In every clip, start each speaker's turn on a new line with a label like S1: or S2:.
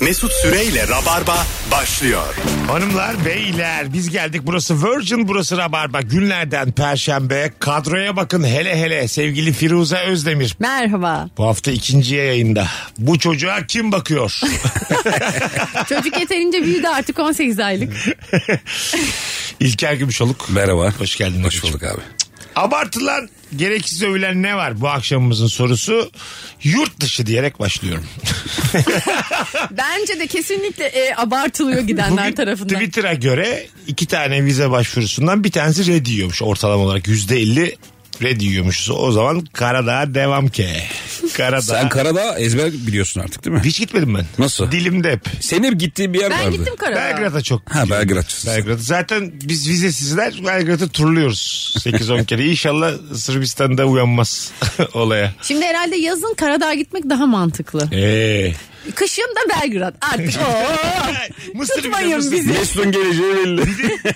S1: Mesut Süreyle Rabarba başlıyor.
S2: Hanımlar, beyler biz geldik. Burası Virgin, burası Rabarba. Günlerden Perşembe. Kadroya bakın hele hele sevgili Firuze Özdemir.
S3: Merhaba.
S2: Bu hafta ikinci yayında. Bu çocuğa kim bakıyor?
S3: Çocuk yeterince büyüdü artık 18 aylık.
S2: İlker Gümüşoluk.
S4: Merhaba.
S2: Hoş geldin.
S4: Hoş
S2: babacığım.
S4: bulduk abi.
S2: Abartılan, gereksiz övülen ne var bu akşamımızın sorusu? Yurt dışı diyerek başlıyorum.
S3: Bence de kesinlikle e, abartılıyor gidenler
S2: Bugün
S3: tarafından.
S2: Twitter'a göre iki tane vize başvurusundan bir tanesi red yiyormuş ortalama olarak. Yüzde elli red yiyormuşuz. O zaman Karadağ'a devam ki. Karadağ.
S4: Sen Karadağ ezber biliyorsun artık değil mi?
S2: Hiç gitmedim ben.
S4: Nasıl?
S2: Dilimde hep.
S4: Senin hep gittiğin bir yer
S3: Ben
S4: vardı.
S3: gittim Karadağ'a.
S2: Belgrad'a çok.
S4: Ha Belgrad'çısın.
S2: Belgrad'ı. Zaten biz vizesizler Belgrad'ı turluyoruz 8-10 kere. İnşallah Sırbistan'da uyanmaz olaya.
S3: Şimdi herhalde yazın Karadağ'a gitmek daha mantıklı.
S2: Eee.
S3: Kışın da Belgrad artık. Oo.
S2: Mısır bir de
S3: Tutmayın
S2: Mısır.
S3: bizi.
S4: Mesut'un geleceği belli.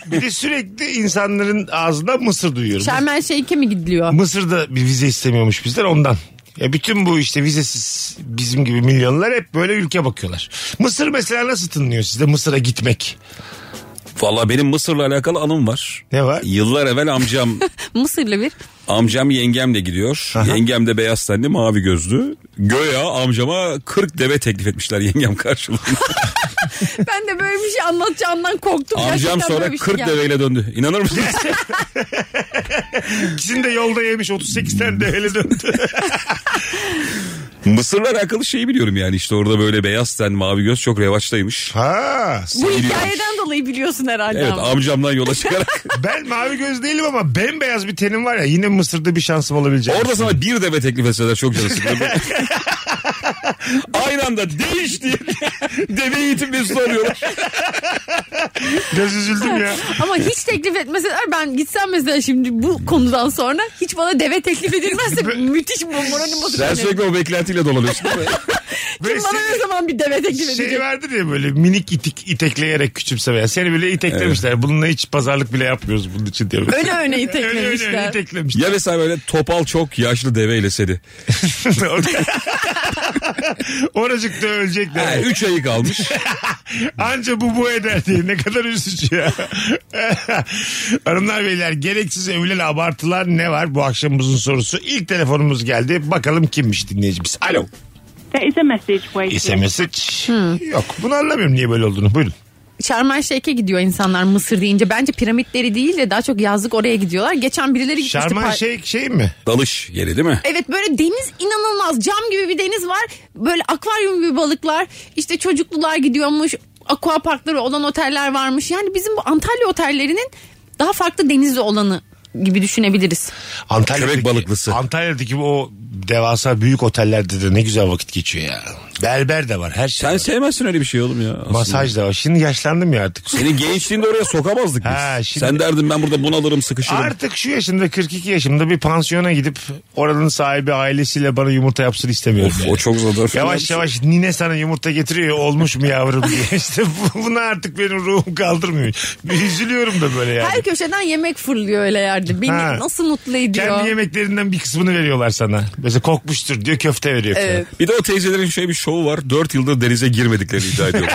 S2: Bir de sürekli insanların ağzından Mısır duyuyorum.
S3: Şermel Şeyh'e mi gidiliyor?
S2: Mısır'da bir vize istemiyormuş bizden ondan. Ya bütün bu işte vizesiz bizim gibi milyonlar hep böyle ülke bakıyorlar. Mısır mesela nasıl tınlıyor sizde Mısır'a gitmek?
S4: Valla benim Mısır'la alakalı anım var.
S2: Ne var?
S4: Yıllar evvel amcam
S3: Mısırlı bir.
S4: amcam yengemle gidiyor. Yengem de beyaz tenli mavi gözlü. Göya amcama 40 deve teklif etmişler yengem karşılığında.
S3: Ben de böyle bir şey anlatacağından korktum.
S4: amcam
S3: Gerçekten
S4: sonra
S3: böyle bir şey
S4: 40
S3: geldi.
S4: deveyle döndü. İnanır mısınız?
S2: İkisini de yolda yemiş 38 tane develi döndü.
S4: Mısır'la alakalı şeyi biliyorum yani işte orada böyle beyaz ten mavi göz çok revaçtaymış.
S2: ha,
S3: Bu
S4: Biliyorum.
S3: hikayeden dolayı biliyorsun herhalde.
S4: Evet
S3: ama.
S4: amcamdan yola çıkarak
S2: ben mavi göz değilim ama bembeyaz bir tenim var ya yine Mısır'da bir şansım olabilecek.
S4: Orada sana bir deve teklif etseler çok canı sıkılır. Aynı anda değiş diye deve eğitim mesut arıyorlar.
S2: Biraz üzüldüm ya.
S3: Ama hiç teklif etmeseler ben gitsem mesela şimdi bu konudan sonra hiç bana deve teklif edilmezse müthiş bu moralim bozuk.
S4: Sen
S3: benim.
S4: sürekli o beklentiyle dolanıyorsun değil mi?
S2: Böyle
S3: Kim bana ne zaman bir deve teklif edecek?
S2: şey vardır ya böyle minik itik, itekleyerek küçümsemeyen. Seni bile iteklemişler. Bununla hiç pazarlık bile yapmıyoruz bunun için diye.
S3: Öne öne
S2: Öyle öyle öyle
S3: iteklemişler.
S2: iteklemişler.
S4: ya mesela böyle topal çok yaşlı deveyle seni.
S2: Oracıkta ölecek de.
S4: Ha, üç ayı kalmış.
S2: Anca bu bu eder diye. Ne kadar üzücü ya. Hanımlar beyler gereksiz övülen abartılar ne var bu akşamımızın sorusu. İlk telefonumuz geldi. Bakalım kimmiş dinleyicimiz. Alo.
S5: There is a message waiting.
S2: SMS hiç yok. Bunu anlamıyorum niye böyle olduğunu. Buyurun.
S3: Şarm Şeyh'e gidiyor insanlar Mısır deyince. Bence piramitleri değil de daha çok yazlık oraya gidiyorlar. Geçen birileri gitmişti.
S2: Şarman
S3: par-
S2: şey, şey mi?
S4: Dalış yeri değil mi?
S3: Evet böyle deniz inanılmaz. Cam gibi bir deniz var. Böyle akvaryum gibi balıklar. İşte çocuklular gidiyormuş. Aqua parkları olan oteller varmış. Yani bizim bu Antalya otellerinin daha farklı denizli olanı gibi düşünebiliriz.
S2: Antalya'daki,
S4: Köpek balıklısı.
S2: Antalya'daki o devasa büyük otellerde de ne güzel vakit geçiyor ya. Berber de var her şey.
S4: Sen
S2: var.
S4: sevmezsin öyle bir şey oğlum ya. aslında.
S2: Masaj da var. Şimdi yaşlandım ya artık.
S4: Seni gençliğinde oraya sokamazdık biz.
S2: Ha, şimdi-
S4: Sen derdin ben burada bunalırım sıkışırım.
S2: Artık şu yaşımda 42 yaşımda bir pansiyona gidip oranın sahibi ailesiyle bana yumurta yapsın istemiyorum.
S4: Of
S2: yani.
S4: o çok zor.
S2: Yavaş yavaş nine sana yumurta getiriyor olmuş mu yavrum diye. İşte bu- buna artık benim ruhum kaldırmıyor. Üzülüyorum da böyle yani.
S3: Her köşeden yemek fırlıyor öyle yerde. Beni
S2: Ha.
S3: nasıl mutlu ediyor.
S2: Kendi yemeklerinden bir kısmını veriyorlar sana. Mesela kokmuştur diyor köfte veriyor. falan.
S3: Evet.
S4: Bir de o teyzelerin şey bir şovu var. Dört yıldır denize girmediklerini iddia ediyor.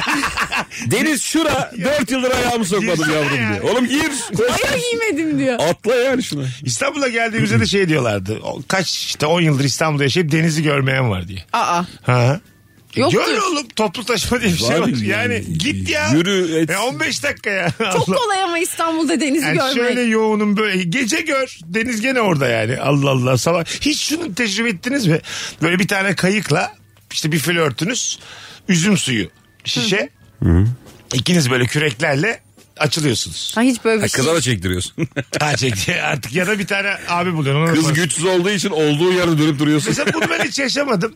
S4: Deniz şura dört yıldır ayağımı sokmadım
S2: Girsene
S4: yavrum
S2: ya.
S4: diye. Oğlum gir. koş.
S3: Bayağı giymedim diyor.
S4: Atla yani şuna.
S2: İstanbul'a geldiğimizde de şey diyorlardı. O Kaç işte 10 yıldır İstanbul'da yaşayıp denizi görmeyen var diye.
S3: Aa.
S2: Ha. E,
S3: Yoktur.
S2: Gör oğlum toplu taşıma diye bir şey
S4: Var
S2: var.
S4: yani.
S2: Yani git ya.
S4: Yürü, et.
S2: Ya 15 dakika ya.
S3: Çok
S2: Allah.
S3: kolay ama İstanbul'da denizi
S2: Yani
S3: görmek.
S2: şöyle yoğunum böyle. Gece gör. Deniz gene orada yani. Allah Allah. Sabah. Hiç şunu tecrübe ettiniz mi? Böyle bir tane kayıkla işte bir flörtünüz. Üzüm suyu. Şişe. İkiniz böyle küreklerle açılıyorsunuz.
S3: Ha, hiç böyle bir
S4: Ha,
S3: şey.
S4: kıza da çektiriyorsun.
S2: Ha çekti artık ya da bir tane abi buluyorsun. Ona
S4: Kız
S2: bakarsın.
S4: güçsüz olduğu için olduğu yerde dönüp duruyorsun.
S2: Mesela bunu ben hiç yaşamadım.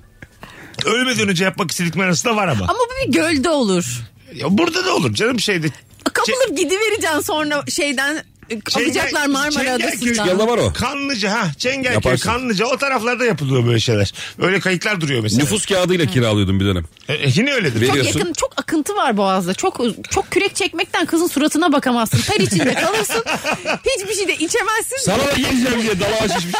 S2: Ölmeden önce yapmak istediklerim arasında var ama.
S3: Ama bu bir gölde olur.
S2: Ya burada da olur canım şeyde.
S3: Kapılıp gidivereceksin sonra şeyden alacaklar Marmara
S2: Çengelköy-
S3: Adası'ndan.
S4: Yalla var o.
S2: Kanlıca ha Çengelköy
S4: Yaparsın.
S2: Kanlıca o taraflarda yapılıyor böyle şeyler. Öyle kayıtlar duruyor mesela.
S4: Nüfus kağıdıyla kiralıyordum bir dönem.
S2: E, e, yine öyledir.
S4: Veriyor.
S3: Çok
S4: Biliyorsun.
S3: yakın çok akıntı var boğazda. Çok uz- çok kürek çekmekten kızın suratına bakamazsın. Ter içinde kalırsın. Hiçbir şey de içemezsin.
S4: Sana da geleceğim diye dalağa şişmiş.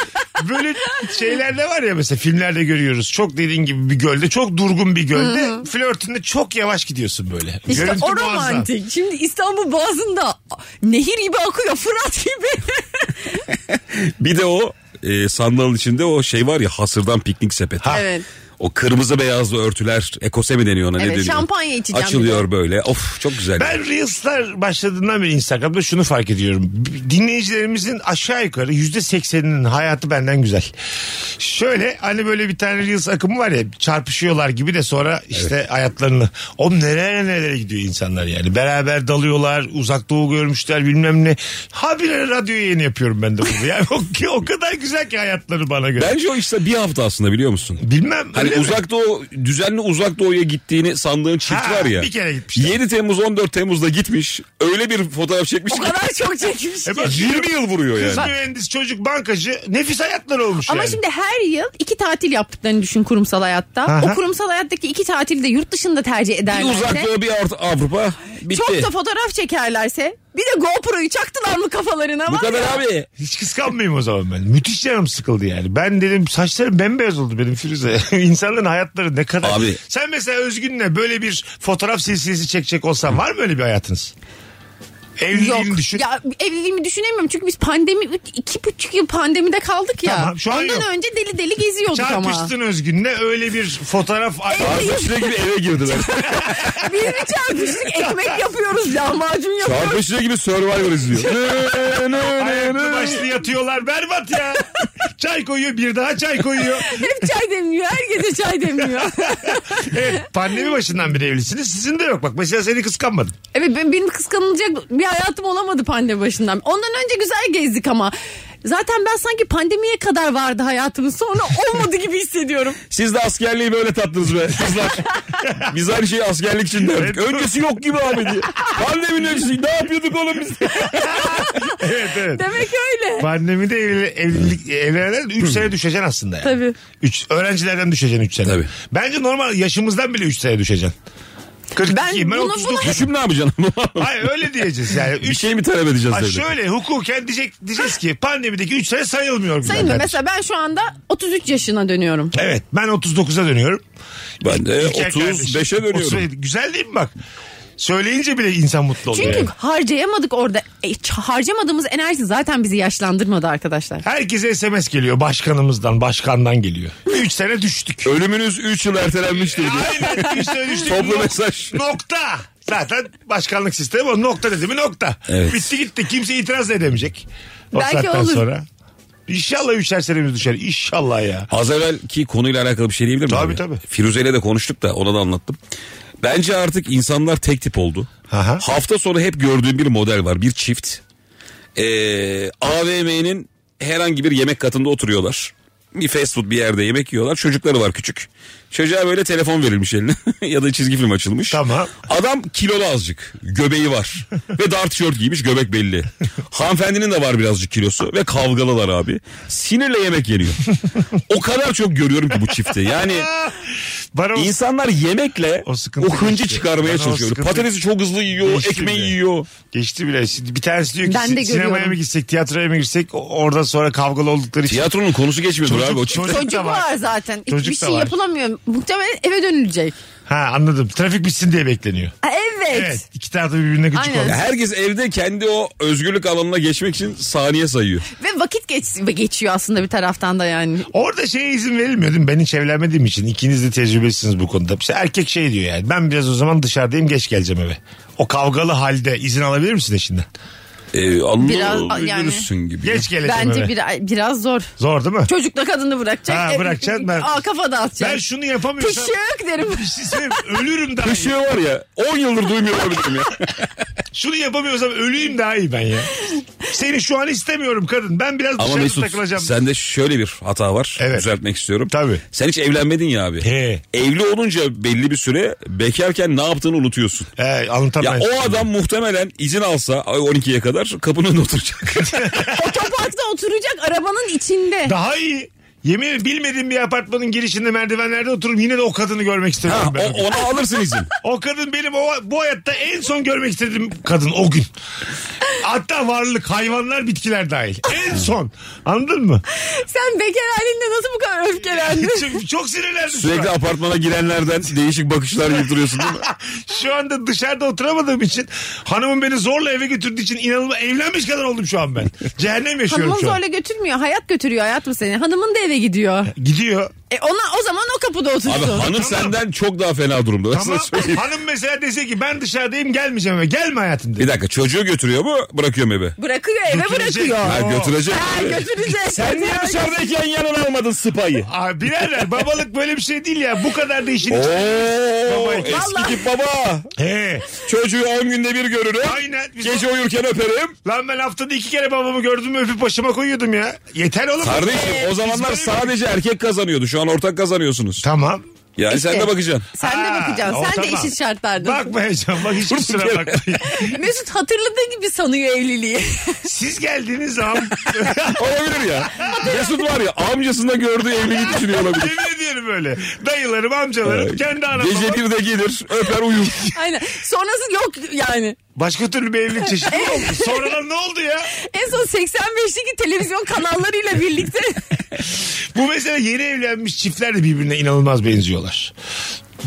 S2: Böyle şeyler de var ya mesela filmlerde görüyoruz. Çok dediğin gibi bir gölde çok durgun bir gölde flörtünde çok yavaş gidiyorsun böyle.
S3: İşte
S2: Görüntü
S3: o
S2: muazzam.
S3: romantik. Şimdi İstanbul Boğazı'nda nehir gibi akıyor Fırat gibi.
S4: Bir de o e, sandalın içinde o şey var ya hasırdan piknik sepeti.
S3: Evet.
S4: O kırmızı beyazlı örtüler ekose mi deniyor ona ne
S3: Evet,
S4: deniyor?
S3: şampanya içeceğim
S4: Açılıyor böyle. Of çok güzel.
S2: Ben Reels'lar başladığından beri Instagram'da şunu fark ediyorum. Dinleyicilerimizin aşağı yukarı yüzde sekseninin hayatı benden güzel. Şöyle hani böyle bir tane Reels akımı var ya çarpışıyorlar gibi de sonra işte hayatlarını. O nerelere nerelere gidiyor insanlar yani. Beraber dalıyorlar uzak doğu görmüşler bilmem ne. Habire radyo yayını yapıyorum ben de bunu. Yani o, o kadar güzel ki hayatları bana göre.
S4: Bence o işte bir hafta aslında biliyor musun?
S2: Bilmem.
S4: Hani
S2: öyle mi?
S4: uzak doğu düzenli uzak doğuya gittiğini sandığın çift
S2: Ha,
S4: var ya.
S2: bir kere gitmişler.
S4: 7 Temmuz 14 Temmuz'da gitmiş. Öyle bir fotoğraf çekmiş.
S3: O
S4: ki
S3: kadar çok çekmiş ki.
S2: E bak,
S4: 20 yıl vuruyor
S2: Kız
S4: yani.
S2: mühendis çocuk bankacı nefis hayatları olmuş
S3: Ama
S2: yani.
S3: şimdi her yıl iki tatil yaptıklarını düşün kurumsal hayatta.
S2: Aha.
S3: O kurumsal hayattaki iki tatili de yurt dışında tercih
S4: Bir
S3: ederlerse.
S4: uzak doğu bir Avru- Avrupa bitti.
S3: Çok da fotoğraf çekerlerse. Bir de GoPro'yu çaktılar mı kafalarına?
S4: Bu
S3: var
S4: kadar
S3: ya.
S4: abi.
S2: Hiç kıskanmayayım o zaman ben. Müthiş canım sıkıldı yani. Ben dedim saçlarım bembeyaz oldu benim Firuze. İnsanların hayatları ne kadar.
S4: Abi.
S2: Sen mesela Özgün'le böyle bir fotoğraf silsilesi çekecek olsan var mı öyle bir hayatınız? Evliliğini
S3: Yok.
S2: düşün.
S3: Ya evliliğimi düşünemiyorum çünkü biz pandemi üç- iki buçuk yıl pandemide kaldık ya.
S2: Tamam, şu an
S3: Ondan
S2: yok.
S3: önce deli deli geziyorduk ama.
S2: Çarpıştın Özgün'le öyle bir fotoğraf.
S4: Arzu sürekli eve girdiler.
S3: Biz mi çarpıştık? Ekmek yapıyoruz, lahmacun yapıyoruz.
S4: Arzu gibi Survivor izliyor. Ne, ne, ne,
S2: Ayaklı
S4: ne.
S2: başlı yatıyorlar berbat ya. çay koyuyor bir daha çay koyuyor.
S3: Hep çay demliyor. Herkese çay demliyor.
S2: Evet pandemi başından beri evlisiniz. Sizin de yok bak mesela seni kıskanmadım.
S3: Evet ben, benim kıskanılacak bir hayatım olamadı pandemi başından. Ondan önce güzel gezdik ama. Zaten ben sanki pandemiye kadar vardı hayatımın sonra olmadı gibi hissediyorum.
S4: Siz de askerliği böyle tattınız be kızlar. Biz aynı şeyi askerlik için derdik. Öncesi yok gibi abi diye. Pandeminin öncesi ne yapıyorduk oğlum biz?
S2: Evet evet.
S3: Demek öyle.
S2: Pandemide evli, evlilik evlenenler 3 sene düşeceksin aslında yani.
S3: Tabii.
S2: Üç, öğrencilerden düşeceksin 3 sene.
S4: Tabii.
S2: Bence normal yaşımızdan bile 3 sene düşeceksin. 42 ben,
S3: Ben
S2: ben
S3: bunu-
S2: 39.
S4: Düşüm ne yapacaksın?
S2: Hayır öyle diyeceğiz yani.
S4: bir
S2: Üç,
S4: şey mi talep edeceğiz
S2: Ha,
S4: dedi.
S2: şöyle hukuken diyecek, diyeceğiz ki pandemideki 3 sene sayılmıyor. bile
S3: Sayın Bey,
S2: kardeşim.
S3: mesela ben şu anda 33 yaşına dönüyorum.
S2: Evet ben 39'a dönüyorum.
S4: Ben de
S2: İlker kardeşim.
S4: 35'e E, dönüyorum.
S2: 37. güzel değil mi bak? Söyleyince bile insan mutlu oluyor.
S3: Çünkü
S2: yani.
S3: harcayamadık orada. E, ç- harcamadığımız enerji zaten bizi yaşlandırmadı arkadaşlar.
S2: Herkese SMS geliyor başkanımızdan, başkandan geliyor. 3 sene düştük.
S4: Ölümünüz 3 yıl ertelenmiştir diye.
S2: Aynen. Üstüne düştük.
S4: Toplu
S2: Nok-
S4: mesaj.
S2: Nokta. Zaten başkanlık sistemi o nokta dedi mi nokta.
S4: Evet.
S2: Bitti gitti. Kimse itiraz da edemeyecek. O
S3: Belki
S2: saatten
S3: olur.
S2: sonra. İnşallah üçer senemiz düşer. İnşallah ya.
S4: Az evvelki konuyla alakalı bir şey diyebilir miyim?
S2: Tabii,
S4: abi?
S2: tabii.
S4: Firuze ile de konuştuk da ona da anlattım. Bence artık insanlar tek tip oldu.
S2: Aha.
S4: Hafta sonu hep gördüğüm bir model var. Bir çift. Ee, AVM'nin herhangi bir yemek katında oturuyorlar. Bir fast food bir yerde yemek yiyorlar. Çocukları var küçük. Çocuğa böyle telefon verilmiş eline ya da çizgi film açılmış.
S2: Tamam.
S4: Adam kilolu azıcık. Göbeği var. ve dar tişört giymiş göbek belli. Hanımefendinin de var birazcık kilosu. Ve kavgalılar abi. Sinirle yemek yeniyor. o kadar çok görüyorum ki bu çifti. Yani
S2: Bana o-
S4: insanlar yemekle
S2: O
S4: o,
S2: sıkıntı
S4: hıncı
S2: geçti.
S4: çıkarmaya
S2: Bana o
S4: çalışıyor.
S2: sıkıntı-
S4: Patatesi çok hızlı yiyor.
S2: Geçti
S4: Ekmeği
S2: bile.
S4: yiyor.
S2: geçti bile. Şimdi bir tanesi diyor ki
S3: Ben de
S2: "Si- sinemaya
S3: görüyorum."
S2: mı gitsek, tiyatroya mı girsek o- oradan sonra kavgalı oldukları için.
S4: Tiyatronun konusu geçmiyordur
S2: Çocuk-
S4: abi o çift.
S2: çocuk- da
S3: Çocuk
S2: var.
S3: var zaten.
S2: Çocuk
S3: Hiçbir
S2: da
S3: şey
S2: var.
S3: yapılamıyor. Muhtemelen eve dönülecek.
S2: Ha anladım. Trafik bitsin diye bekleniyor.
S3: Ha, Evet.
S2: Evet. iki taraf da birbirine gıcık
S3: Aynen.
S2: oluyor.
S4: Ya Herkes evde kendi o özgürlük alanına geçmek için saniye sayıyor.
S3: Ve vakit geç, geçiyor aslında bir taraftan da yani.
S2: Orada şeye izin verilmiyor değil mi? Ben hiç evlenmediğim için ikiniz de tecrübesiniz bu konuda. İşte erkek şey diyor yani ben biraz o zaman dışarıdayım geç geleceğim eve. O kavgalı halde izin alabilir misin eşinden?
S4: Ee,
S3: Biraz,
S4: Allah
S3: yani-
S4: üzülürsün gibi.
S2: Geç geleceğim
S3: Bence
S2: eve.
S3: bir, biraz zor.
S2: Zor değil mi?
S3: Çocukla kadını bırakacak.
S2: Ha,
S3: E,
S2: bırakacaksın ben-
S3: Aa, kafa dağıtacak.
S2: Ben şunu yapamıyorsam...
S3: Pişik derim.
S2: Bir şey söyleyeyim, ölürüm daha.
S4: Bir şey var ya 10 yıldır duymuyor olabilirim ya.
S2: Şunu yapamıyorsam öleyim daha iyi ben ya. Seni şu an istemiyorum kadın. Ben biraz
S4: Ama
S2: dışarıda
S4: Mesut
S2: takılacağım.
S4: sende şöyle bir hata var.
S2: Evet.
S4: Düzeltmek istiyorum.
S2: Tabii.
S4: Sen hiç evlenmedin ya abi.
S2: He.
S4: Evli olunca belli bir süre bekarken ne yaptığını unutuyorsun.
S2: He, anlatamam.
S4: Ya o adam muhtemelen izin alsa ay 12'ye kadar kapının önünde oturacak.
S3: Otoparkta oturacak arabanın içinde.
S2: Daha iyi. Yemin ederim bilmediğim bir apartmanın girişinde merdivenlerde oturup yine de o kadını görmek istemiyorum
S4: ha,
S2: ben.
S4: o-
S2: o,
S4: ona alırsın izin.
S2: kadın benim o, bu hayatta en son görmek istediğim kadın o gün. Hatta varlık hayvanlar bitkiler dahil. En son. Anladın mı?
S3: Sen bekar halinde nasıl bu kadar öfkelendin?
S2: Çok, çok sinirlendim. şu an.
S4: Sürekli apartmana girenlerden değişik bakışlar yutturuyorsun değil mi?
S2: Şu anda dışarıda oturamadığım için hanımım beni zorla eve götürdüğü için inanılmaz evlenmiş kadar oldum şu an ben. Cehennem yaşıyorum
S3: Hanımın
S2: şu an.
S3: zorla götürmüyor. Hayat götürüyor hayat mı seni? Hanımın da eve gidiyor.
S2: Gidiyor.
S3: E ona o zaman o kapıda
S4: Abi
S3: otursun.
S4: hanım senden çok daha fena durumda. Ben
S2: Tamam.
S4: sana söyleyeyim.
S2: Hanım mesela dese ki ben dışarıdayım gelmeyeceğim eve. Gelme hayatım dedi.
S4: Bir dakika çocuğu götürüyor mu bırakıyor mu eve?
S3: Bırakıyor eve
S2: Götürecek.
S3: bırakıyor.
S4: Ha, götürecek.
S3: Ha, götürecek. Götürecek.
S4: dışarıdayken yanına almadın sıpayı?
S2: Abi birader babalık böyle bir şey değil ya. Bu kadar da işin içi-
S4: Oo,
S2: Babayı.
S4: eski tip baba.
S2: He.
S4: Çocuğu 10 günde bir görürüm.
S2: Aynen. Biz-
S4: Gece uyurken öperim.
S2: Lan ben haftada iki kere babamı gördüm öpüp başıma koyuyordum ya. Yeter oğlum.
S4: Kardeşim o zamanlar
S2: Biz böyle-
S4: sadece erkek kazanıyordu. Şu an ortak kazanıyorsunuz.
S2: Tamam.
S4: Yani sen de bakacaksın.
S3: Sen de
S2: Ha,
S3: bakacaksın.
S2: o
S3: Sen de
S2: tamam.
S3: eşit şartlardasın.
S2: Bakmayacağım. Bak hiç kusura bakmayın.
S3: Mesut hatırladığı gibi sanıyor evliliği.
S2: Siz geldiğiniz zaman
S4: Olabilir ya. Mesut var ya amcasında gördüğü evliliği düşünüyor olabilir.
S2: Yemin ediyorum öyle. Dayılarım, amcalarım, kendi anam. babam.
S4: Gece bir de gelir öper uyur.
S3: Aynen. Sonrası yok yani.
S2: Başka türlü bir evlilik çeşidi mi oldu? Sonradan ne oldu ya?
S3: En son 85'teki televizyon kanallarıyla birlikte
S2: Bu mesela yeni evlenmiş çiftler de birbirine inanılmaz benziyorlar.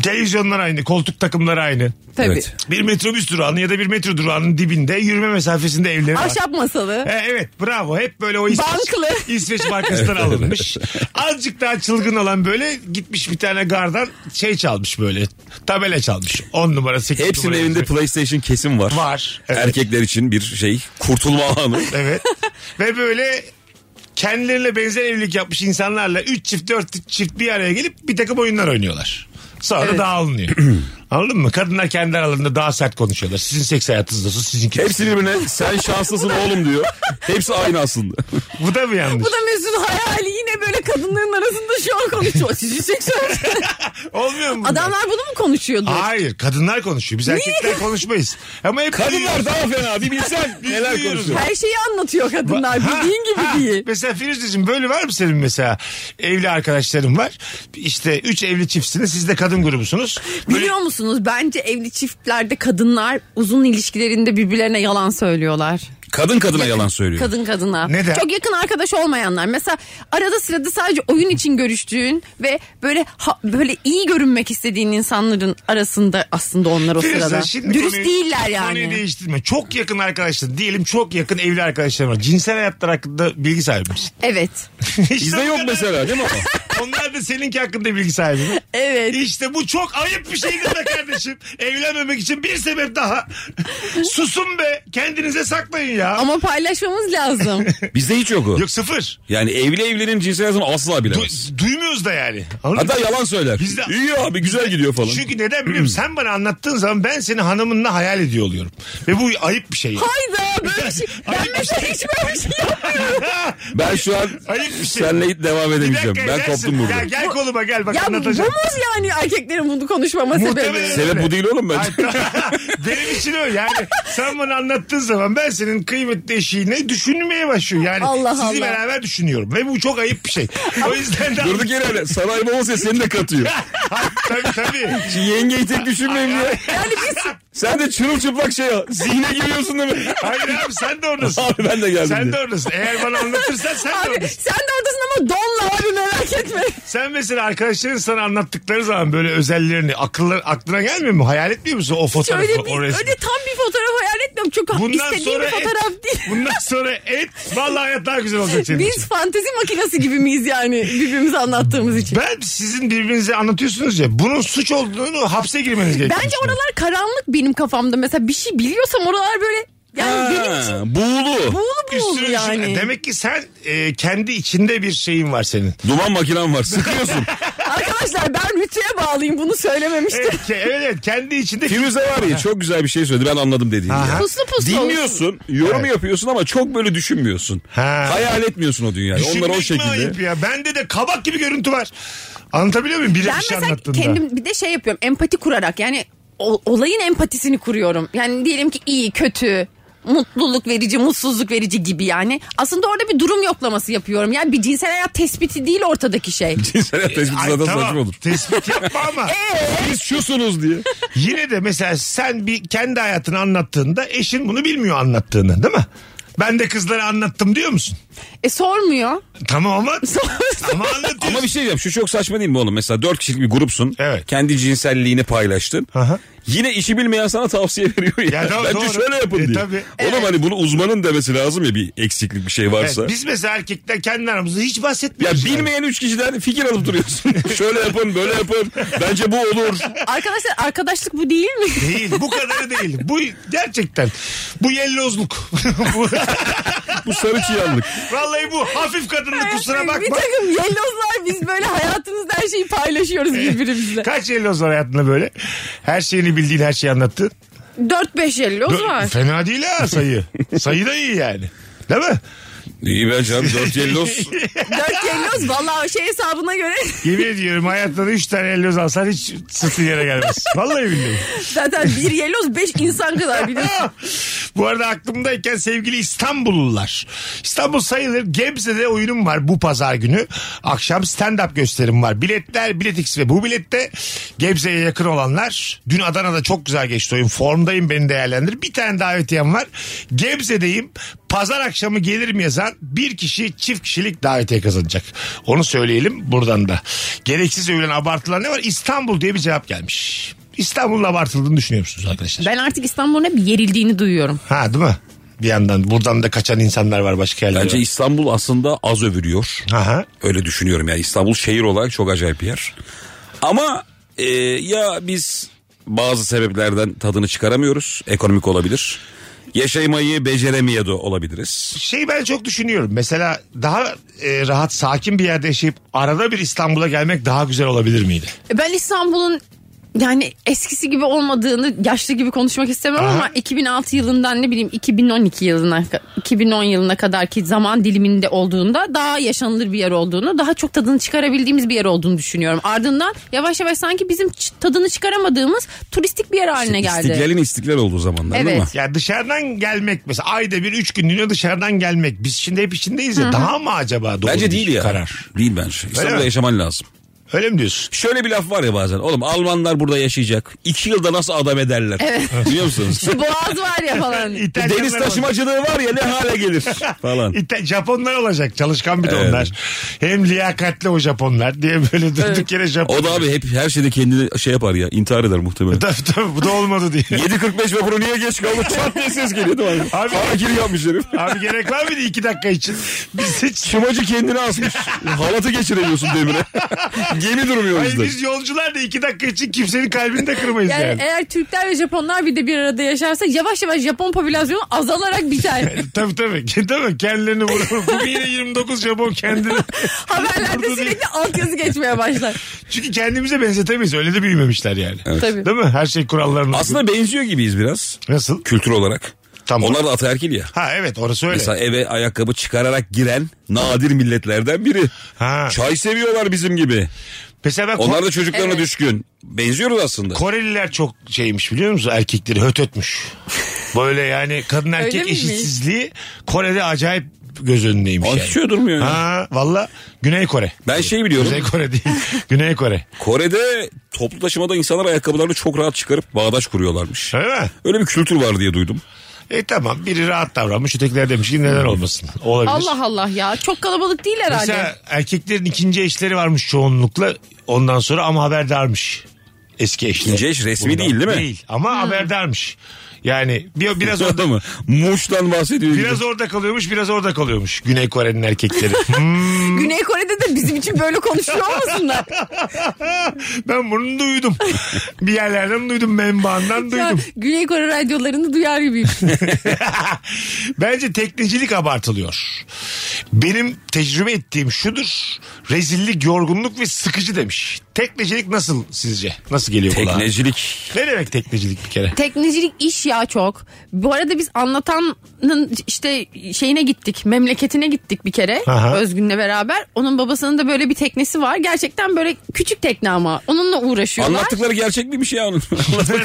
S2: Televizyonlar aynı, koltuk takımları aynı.
S3: tabii.
S4: Evet.
S2: Bir metrobüs durağının ya da bir metro durağının dibinde yürüme mesafesinde evleri var.
S3: Ahşap masalı.
S2: E, evet bravo hep böyle o İsveç,
S3: Banklı.
S2: İsveç markasından alınmış. Azıcık daha çılgın olan böyle gitmiş bir tane gardan şey çalmış böyle tabela çalmış. 10 numara 8
S4: Hepsinin
S2: numara.
S4: evinde PlayStation kesim var.
S2: Var, evet.
S4: Erkekler için bir şey kurtulma alanı.
S2: Evet. Ve böyle kendilerine benzer evlilik yapmış insanlarla 3 çift 4 çift bir araya gelip bir takım oyunlar oynuyorlar. Sonra da dağılınıyor. Anladın mı? Kadınlar kendi aralarında daha sert konuşuyorlar. Sizin seks hayatınız nasıl? Sizinki nasıl?
S4: Hepsi birbirine sen şanslısın oğlum diyor. Hepsi aynı aslında.
S2: Bu da mı yanlış?
S3: Bu da Mesut'un hayali yine böyle kadınların arasında şu an konuşuyor. Sizi seksüel.
S2: Olmuyor mu? bu da?
S3: Adamlar bunu mu konuşuyordu?
S2: Hayır. Kadınlar konuşuyor. Biz erkekler konuşmayız. Ama hep
S4: Kadınlar daha fena bir bilsen
S2: Biz
S4: neler
S2: duyuyoruz.
S4: konuşuyor.
S3: Her şeyi anlatıyor kadınlar.
S2: Ha,
S3: Bildiğin gibi
S2: ha.
S3: değil.
S2: Mesela Firuzeciğim böyle var mı senin mesela evli arkadaşların var. İşte 3 evli çiftsiniz. Siz de kadın grubusunuz. Böyle-
S3: Biliyor musunuz bence evli çiftlerde kadınlar uzun ilişkilerinde birbirlerine yalan söylüyorlar.
S4: Kadın kadına yalan söylüyor.
S3: Kadın kadına.
S2: Neden?
S3: Çok yakın arkadaş olmayanlar. Mesela arada sırada sadece oyun için görüştüğün ve böyle ha- böyle iyi görünmek istediğin insanların arasında aslında onlar o
S2: Firuze,
S3: sırada.
S2: şimdi
S3: Dürüst
S2: konuyu-
S3: değiller
S2: Konuyu
S3: yani.
S2: değiştirme. Çok yakın arkadaşlar diyelim çok yakın evli arkadaşlar var. Cinsel hayatlar hakkında bilgi sahibi misin?
S3: Evet.
S2: İşte
S4: Bizde
S2: bu
S4: yok
S2: kadar.
S4: mesela değil mi? ama?
S2: Onlar da seninki hakkında bilgi sahibi mi?
S3: Evet.
S2: İşte bu çok ayıp bir şeydir be kardeşim. Evlenmemek için bir sebep daha. Susun be. Kendinize saklayın ya.
S3: Ama paylaşmamız lazım.
S4: Bizde hiç yok o.
S2: Yok sıfır.
S4: Yani evli evlinin cinsel hayatını asla bilemez.
S2: Du- duymuyoruz da yani. Anladın mı?
S4: Hatta yalan söyler.
S2: Bizde-
S4: İyi abi güzel gidiyor falan.
S2: Çünkü neden biliyorum sen bana anlattığın zaman ben seni hanımınla hayal ediyor oluyorum. Ve bu ayıp bir şey. yani.
S3: Hayda böyle bir şey. Ben
S2: Ayıp bir
S3: mesela hiç böyle bir şey yapmıyorum.
S4: Ben şu an
S2: Ayıp bir şey.
S4: senle devam
S2: Bir
S4: edemeyeceğim.
S2: dakika
S4: Ben
S2: edersin.
S4: koptum burada.
S2: Ya gel koluma gel bak
S3: Ya bu
S2: anlatacağım.
S3: muz yani erkeklerin bunu konuşmama sebebi.
S2: Muhtemelen-
S4: Sebep bu değil oğlum ben.
S2: Benim için o yani sen bana anlattığın zaman ben senin kıymetli eşiğini düşünmeye başlıyorum. Yani
S3: Allah
S2: sizi
S3: Allah.
S2: beraber düşünüyorum ve bu çok ayıp bir şey. O yüzden de...
S4: Durduk yere öyle. Sanayi babası seni de katıyor.
S2: Ha, tabii tabii.
S4: Şimdi yengeyi tek düşünmeyeyim diye.
S3: Yani biz
S4: Sen de çırılçıplak şey al. Zihne giriyorsun değil mi?
S2: Hayır abi sen de oradasın.
S4: Abi ben de geldim
S2: Sen
S4: diye.
S2: de oradasın. Eğer bana anlatırsan sen de
S3: abi
S2: oradasın.
S3: sen de oradasın ama donla abi merak etme.
S2: Sen mesela arkadaşların sana anlattıkları zaman böyle özellerini akıllar, aklına gelmiyor mu? Hayal etmiyor musun o fotoğrafı,
S3: Şöyle bir,
S2: o resmi?
S3: öyle tam bir fotoğraf hayal etmiyorum. Çok
S2: Bundan
S3: istediğim
S2: sonra
S3: bir fotoğraf
S2: et,
S3: değil.
S2: Bundan sonra et. Vallahi hayat daha güzel olacak senin için.
S3: Biz fantezi makinesi gibi miyiz yani birbirimizi anlattığımız için?
S2: Ben sizin birbirinize anlatıyorsunuz ya. Bunun suç olduğunu hapse girmeniz gerekiyor.
S3: Bence oralar karanlık benim kafamda. Mesela bir şey biliyorsam oralar böyle yani benim için
S4: Ha, buğulu.
S3: buğulu
S2: Üstüne
S3: buğulu
S2: düşün-
S3: yani.
S2: Demek ki sen e, kendi içinde bir şeyin var senin.
S4: Duman makinen var. Sıkıyorsun.
S6: Arkadaşlar ben Rütü'ye bağlıyım bunu söylememiştim.
S2: Evet, ke- evet, evet, kendi içinde
S4: Firuze var ya çok güzel bir şey söyledi ben anladım dediğini ya.
S3: Puslu puslu
S4: Dinliyorsun, yorum
S2: Evet.
S4: yapıyorsun ama çok böyle düşünmüyorsun.
S2: Ha.
S4: Hayal etmiyorsun o dünyayı.
S2: Düşünmek
S4: Onlar o
S2: mi
S4: şekilde.
S2: ayıp ya? Bende de kabak gibi görüntü var. Anlatabiliyor muyum? Bile
S3: Ben
S2: bir şey
S3: mesela
S2: anlattığında.
S3: kendim bir de şey yapıyorum empati kurarak yani o- olayın empatisini kuruyorum. Yani diyelim ki iyi kötü mutluluk verici mutsuzluk verici gibi yani. Aslında orada bir durum yoklaması yapıyorum. Yani bir cinsel hayat tespiti değil ortadaki şey.
S4: Cinsel hayat tespiti
S2: E, Ay,
S4: zaten
S2: tamam.
S4: saçma olur.
S2: Tespit yapma ama
S3: Ee?
S4: Siz şusunuz diye.
S2: yine de mesela sen bir kendi hayatını anlattığında eşin bunu bilmiyor anlattığını değil mi? Ben de kızlara anlattım diyor musun?
S3: E sormuyor.
S2: Tamam ama ama anlatıyorsun.
S4: Ama bir şey diyeceğim şu çok saçma değil mi oğlum? Mesela dört kişilik bir grupsun.
S2: Evet.
S4: Kendi cinselliğini paylaştın.
S2: Aha.
S4: Yine işi bilmeyen sana tavsiye veriyor ya.
S2: Ya tamam,
S4: Bence
S2: doğru.
S4: şöyle yapın
S2: E,
S4: diye.
S2: tabii.
S4: Oğlum hani bunu uzmanın demesi lazım ya bir eksiklik bir şey varsa.
S2: Evet, biz mesela erkekler kendi aramızda hiç
S4: Ya
S2: bahsetmiyoruz.
S4: bilmeyen üç kişiden fikir alıp duruyorsun. şöyle yapın böyle yapın. Bence bu olur.
S3: Arkadaşlar arkadaşlık bu değil mi?
S2: Değil bu kadarı değil. Bu gerçekten bu yellozluk. Bu-
S4: Bu sarı çiyanlık.
S2: Vallahi bu hafif kadınlık kusura
S3: Bir
S2: bakma.
S3: takım yellozlar biz böyle hayatımızda her şeyi paylaşıyoruz birbirimizle.
S2: Kaç yelloz var hayatında böyle? Her şeyini bildiğin her şeyi anlattın.
S3: 4-5 yelloz var.
S2: Fena değil ha sayı. sayı da iyi yani. Değil mi?
S4: İyi ben canım dört yellos.
S3: 4 yelloz valla şey hesabına göre
S2: Yemin ediyorum hayatta da 3 tane yelloz alsan hiç sırtın yere gelmez. Vallahi billahi.
S3: zaten bir yelloz 5 insan kadar biliyorsun.
S2: Bu arada aklımdayken sevgili İstanbullular. İstanbul sayılır. Gebze'de oyunum var bu pazar günü. Akşam stand-up gösterim var. Biletler Biletix ve bu bilette Gebze'ye yakın olanlar. Dün Adana'da çok güzel geçti oyun. Formdayım beni değerlendir. Bir tane davetiyem var. Gebze'deyim. Pazar akşamı gelirim yazan bir kişi çift kişilik davetiye kazanacak. Onu söyleyelim buradan da. Gereksiz övülen abartılan ne var? İstanbul diye bir cevap gelmiş. İstanbul'un abartıldığını düşünüyor musunuz arkadaşlar?
S3: Ben artık İstanbul'un hep yerildiğini duyuyorum.
S2: Ha değil mi? Bir yandan buradan da kaçan insanlar var başka yerlere.
S4: Bence İstanbul aslında az övülüyor.
S2: Aha.
S4: Öyle düşünüyorum yani İstanbul şehir olarak çok acayip bir yer. Ama e, ya biz bazı sebeplerden tadını çıkaramıyoruz. Ekonomik olabilir. Yaşamayı beceremeye de olabiliriz.
S2: Şey ben çok düşünüyorum. Mesela daha e, rahat sakin bir yerde yaşayıp arada bir İstanbul'a gelmek daha güzel olabilir miydi?
S3: E Ben İstanbul'un yani eskisi gibi olmadığını yaşlı gibi konuşmak istemiyorum
S2: Aha.
S3: ama 2006 yılından ne bileyim 2012 yılına 2010 yılına kadar ki zaman diliminde olduğunda daha yaşanılır bir yer olduğunu daha çok tadını çıkarabildiğimiz bir yer olduğunu düşünüyorum. Ardından yavaş yavaş sanki bizim ç- tadını çıkaramadığımız turistik bir yer haline geldi.
S4: İstiklalin istiklal olduğu zamanlar değil mi?
S3: Evet.
S2: Ya dışarıdan gelmek mesela ayda bir üç günlüğüne dışarıdan gelmek. Biz şimdi hep içindeyiz ya. Daha mı acaba doğru
S4: Bence
S2: bir
S4: değil ya.
S2: karar?
S4: Değil bence. İstanbul'da
S2: mi?
S4: yaşaman lazım.
S2: Öyle mi diyorsun?
S4: Şöyle bir laf var ya bazen. Oğlum Almanlar burada yaşayacak. İki yılda nasıl adam ederler. Biliyor musunuz?
S3: Şu boğaz var ya falan.
S4: Bu
S2: İtalyanlar
S4: Deniz taşımacılığı var ya ne hale gelir falan.
S2: İta- Japonlar olacak. Çalışkan bir de
S4: Evet.
S2: onlar. Hem liyakatli o Japonlar diye böyle durduk yere Japon.
S4: O da abi hep her şeyde kendini şey yapar ya intihar eder muhtemelen.
S2: Tabii tabii bu da olmadı diye.
S4: 7.45 vapuru niye geç kaldı? Çat diye ses geliyor değil mi?
S2: Abi-
S4: Abi. Hakir yapmış herif.
S2: Abi gerek var mıydı iki dakika için? Biz hiç
S4: Çımacı kendini asmış. Halatı geçiremiyorsun demire. Gemi durmuyor
S2: Hayır
S4: bizde.
S2: biz yolcular da iki dakika için kimsenin kalbini de kırmayız yani.
S3: Yani, eğer Türkler ve Japonlar bir de bir arada yaşarsa yavaş yavaş Japon popülasyonu azalarak biter.
S2: Tabii tabii. tabii kendilerini vurur. Bugün yine 29 Japon kendini.
S3: Haberlerde
S2: Vurdu diye.
S3: sürekli altyazı geçmeye başlar.
S2: Çünkü kendimize benzetemeyiz. Öyle de büyümemişler yani.
S3: Tabii.
S2: Değil mi? Her şey kurallarına.
S4: Aslında benziyor gibiyiz biraz
S2: Nasıl?
S4: kültür olarak.
S2: Tamam.
S4: Onlar da ataerkil ya.
S2: Ha evet orası öyle.
S4: Mesela eve ayakkabı çıkararak giren nadir milletlerden biri.
S2: Ha.
S4: Çay seviyorlar bizim gibi.
S2: Mesela ben Ko-
S4: Onlar da çocuklarına düşkün. Benziyoruz aslında.
S2: Koreliler çok şeymiş biliyor musun? Erkekleri hötötmüş. Böyle yani kadın erkek
S3: miymiş?
S2: eşitsizliği Kore'de acayip göz önündeymiş
S4: Ay,
S2: yani.
S4: hiç şey durmuyor ya.
S2: Ha valla Güney Kore.
S4: Ben şey biliyorum.
S2: Kuzey Kore değil. Güney Kore.
S4: Kore'de toplu taşımada insanlar ayakkabılarını çok rahat çıkarıp bağdaş kuruyorlarmış.
S2: Öyle mi?
S4: Öyle bir kültür var diye duydum.
S2: E tamam biri rahat davranmış ötekiler demiş ki neden olmasın. Olabilir.
S3: Allah Allah ya çok kalabalık değil herhalde.
S2: Mesela erkeklerin ikinci eşleri varmış çoğunlukla ondan sonra ama haberdarmış. Eski eşleri.
S4: İkinci eş resmi değil, değil mi?
S2: Değil
S3: Hmm.
S2: ama haberdarmış. Yani bir, biraz orada
S4: Orada mı? Muş'tan bahsediyor. gibi.
S2: biraz orada kalıyormuş biraz orada kalıyormuş Güney Kore'nin erkekleri.
S3: Güney Kore'de de bizim için böyle konuşuyor olmasınlar.
S2: ben bunu duydum. bir yerlerden duydum menbaandan
S3: Ya,
S2: duydum.
S3: Güney Kore radyolarını duyar gibiyim.
S2: Bence teknecilik abartılıyor. Benim tecrübe ettiğim şudur. Rezillik, yorgunluk ve sıkıcı demiş. Teknecilik nasıl sizce? Nasıl geliyor kulağa?
S4: Teknecilik.
S2: Ne demek teknecilik bir kere?
S3: Teknecilik iş ya çok. Bu arada biz anlatanın işte şeyine gittik. Memleketine gittik bir kere.
S2: Aha.
S3: Özgün'le beraber. Onun babasının da böyle bir teknesi var. Gerçekten böyle küçük tekne ama. Onunla uğraşıyorlar.
S4: Anlattıkları gerçek miymiş ya onun?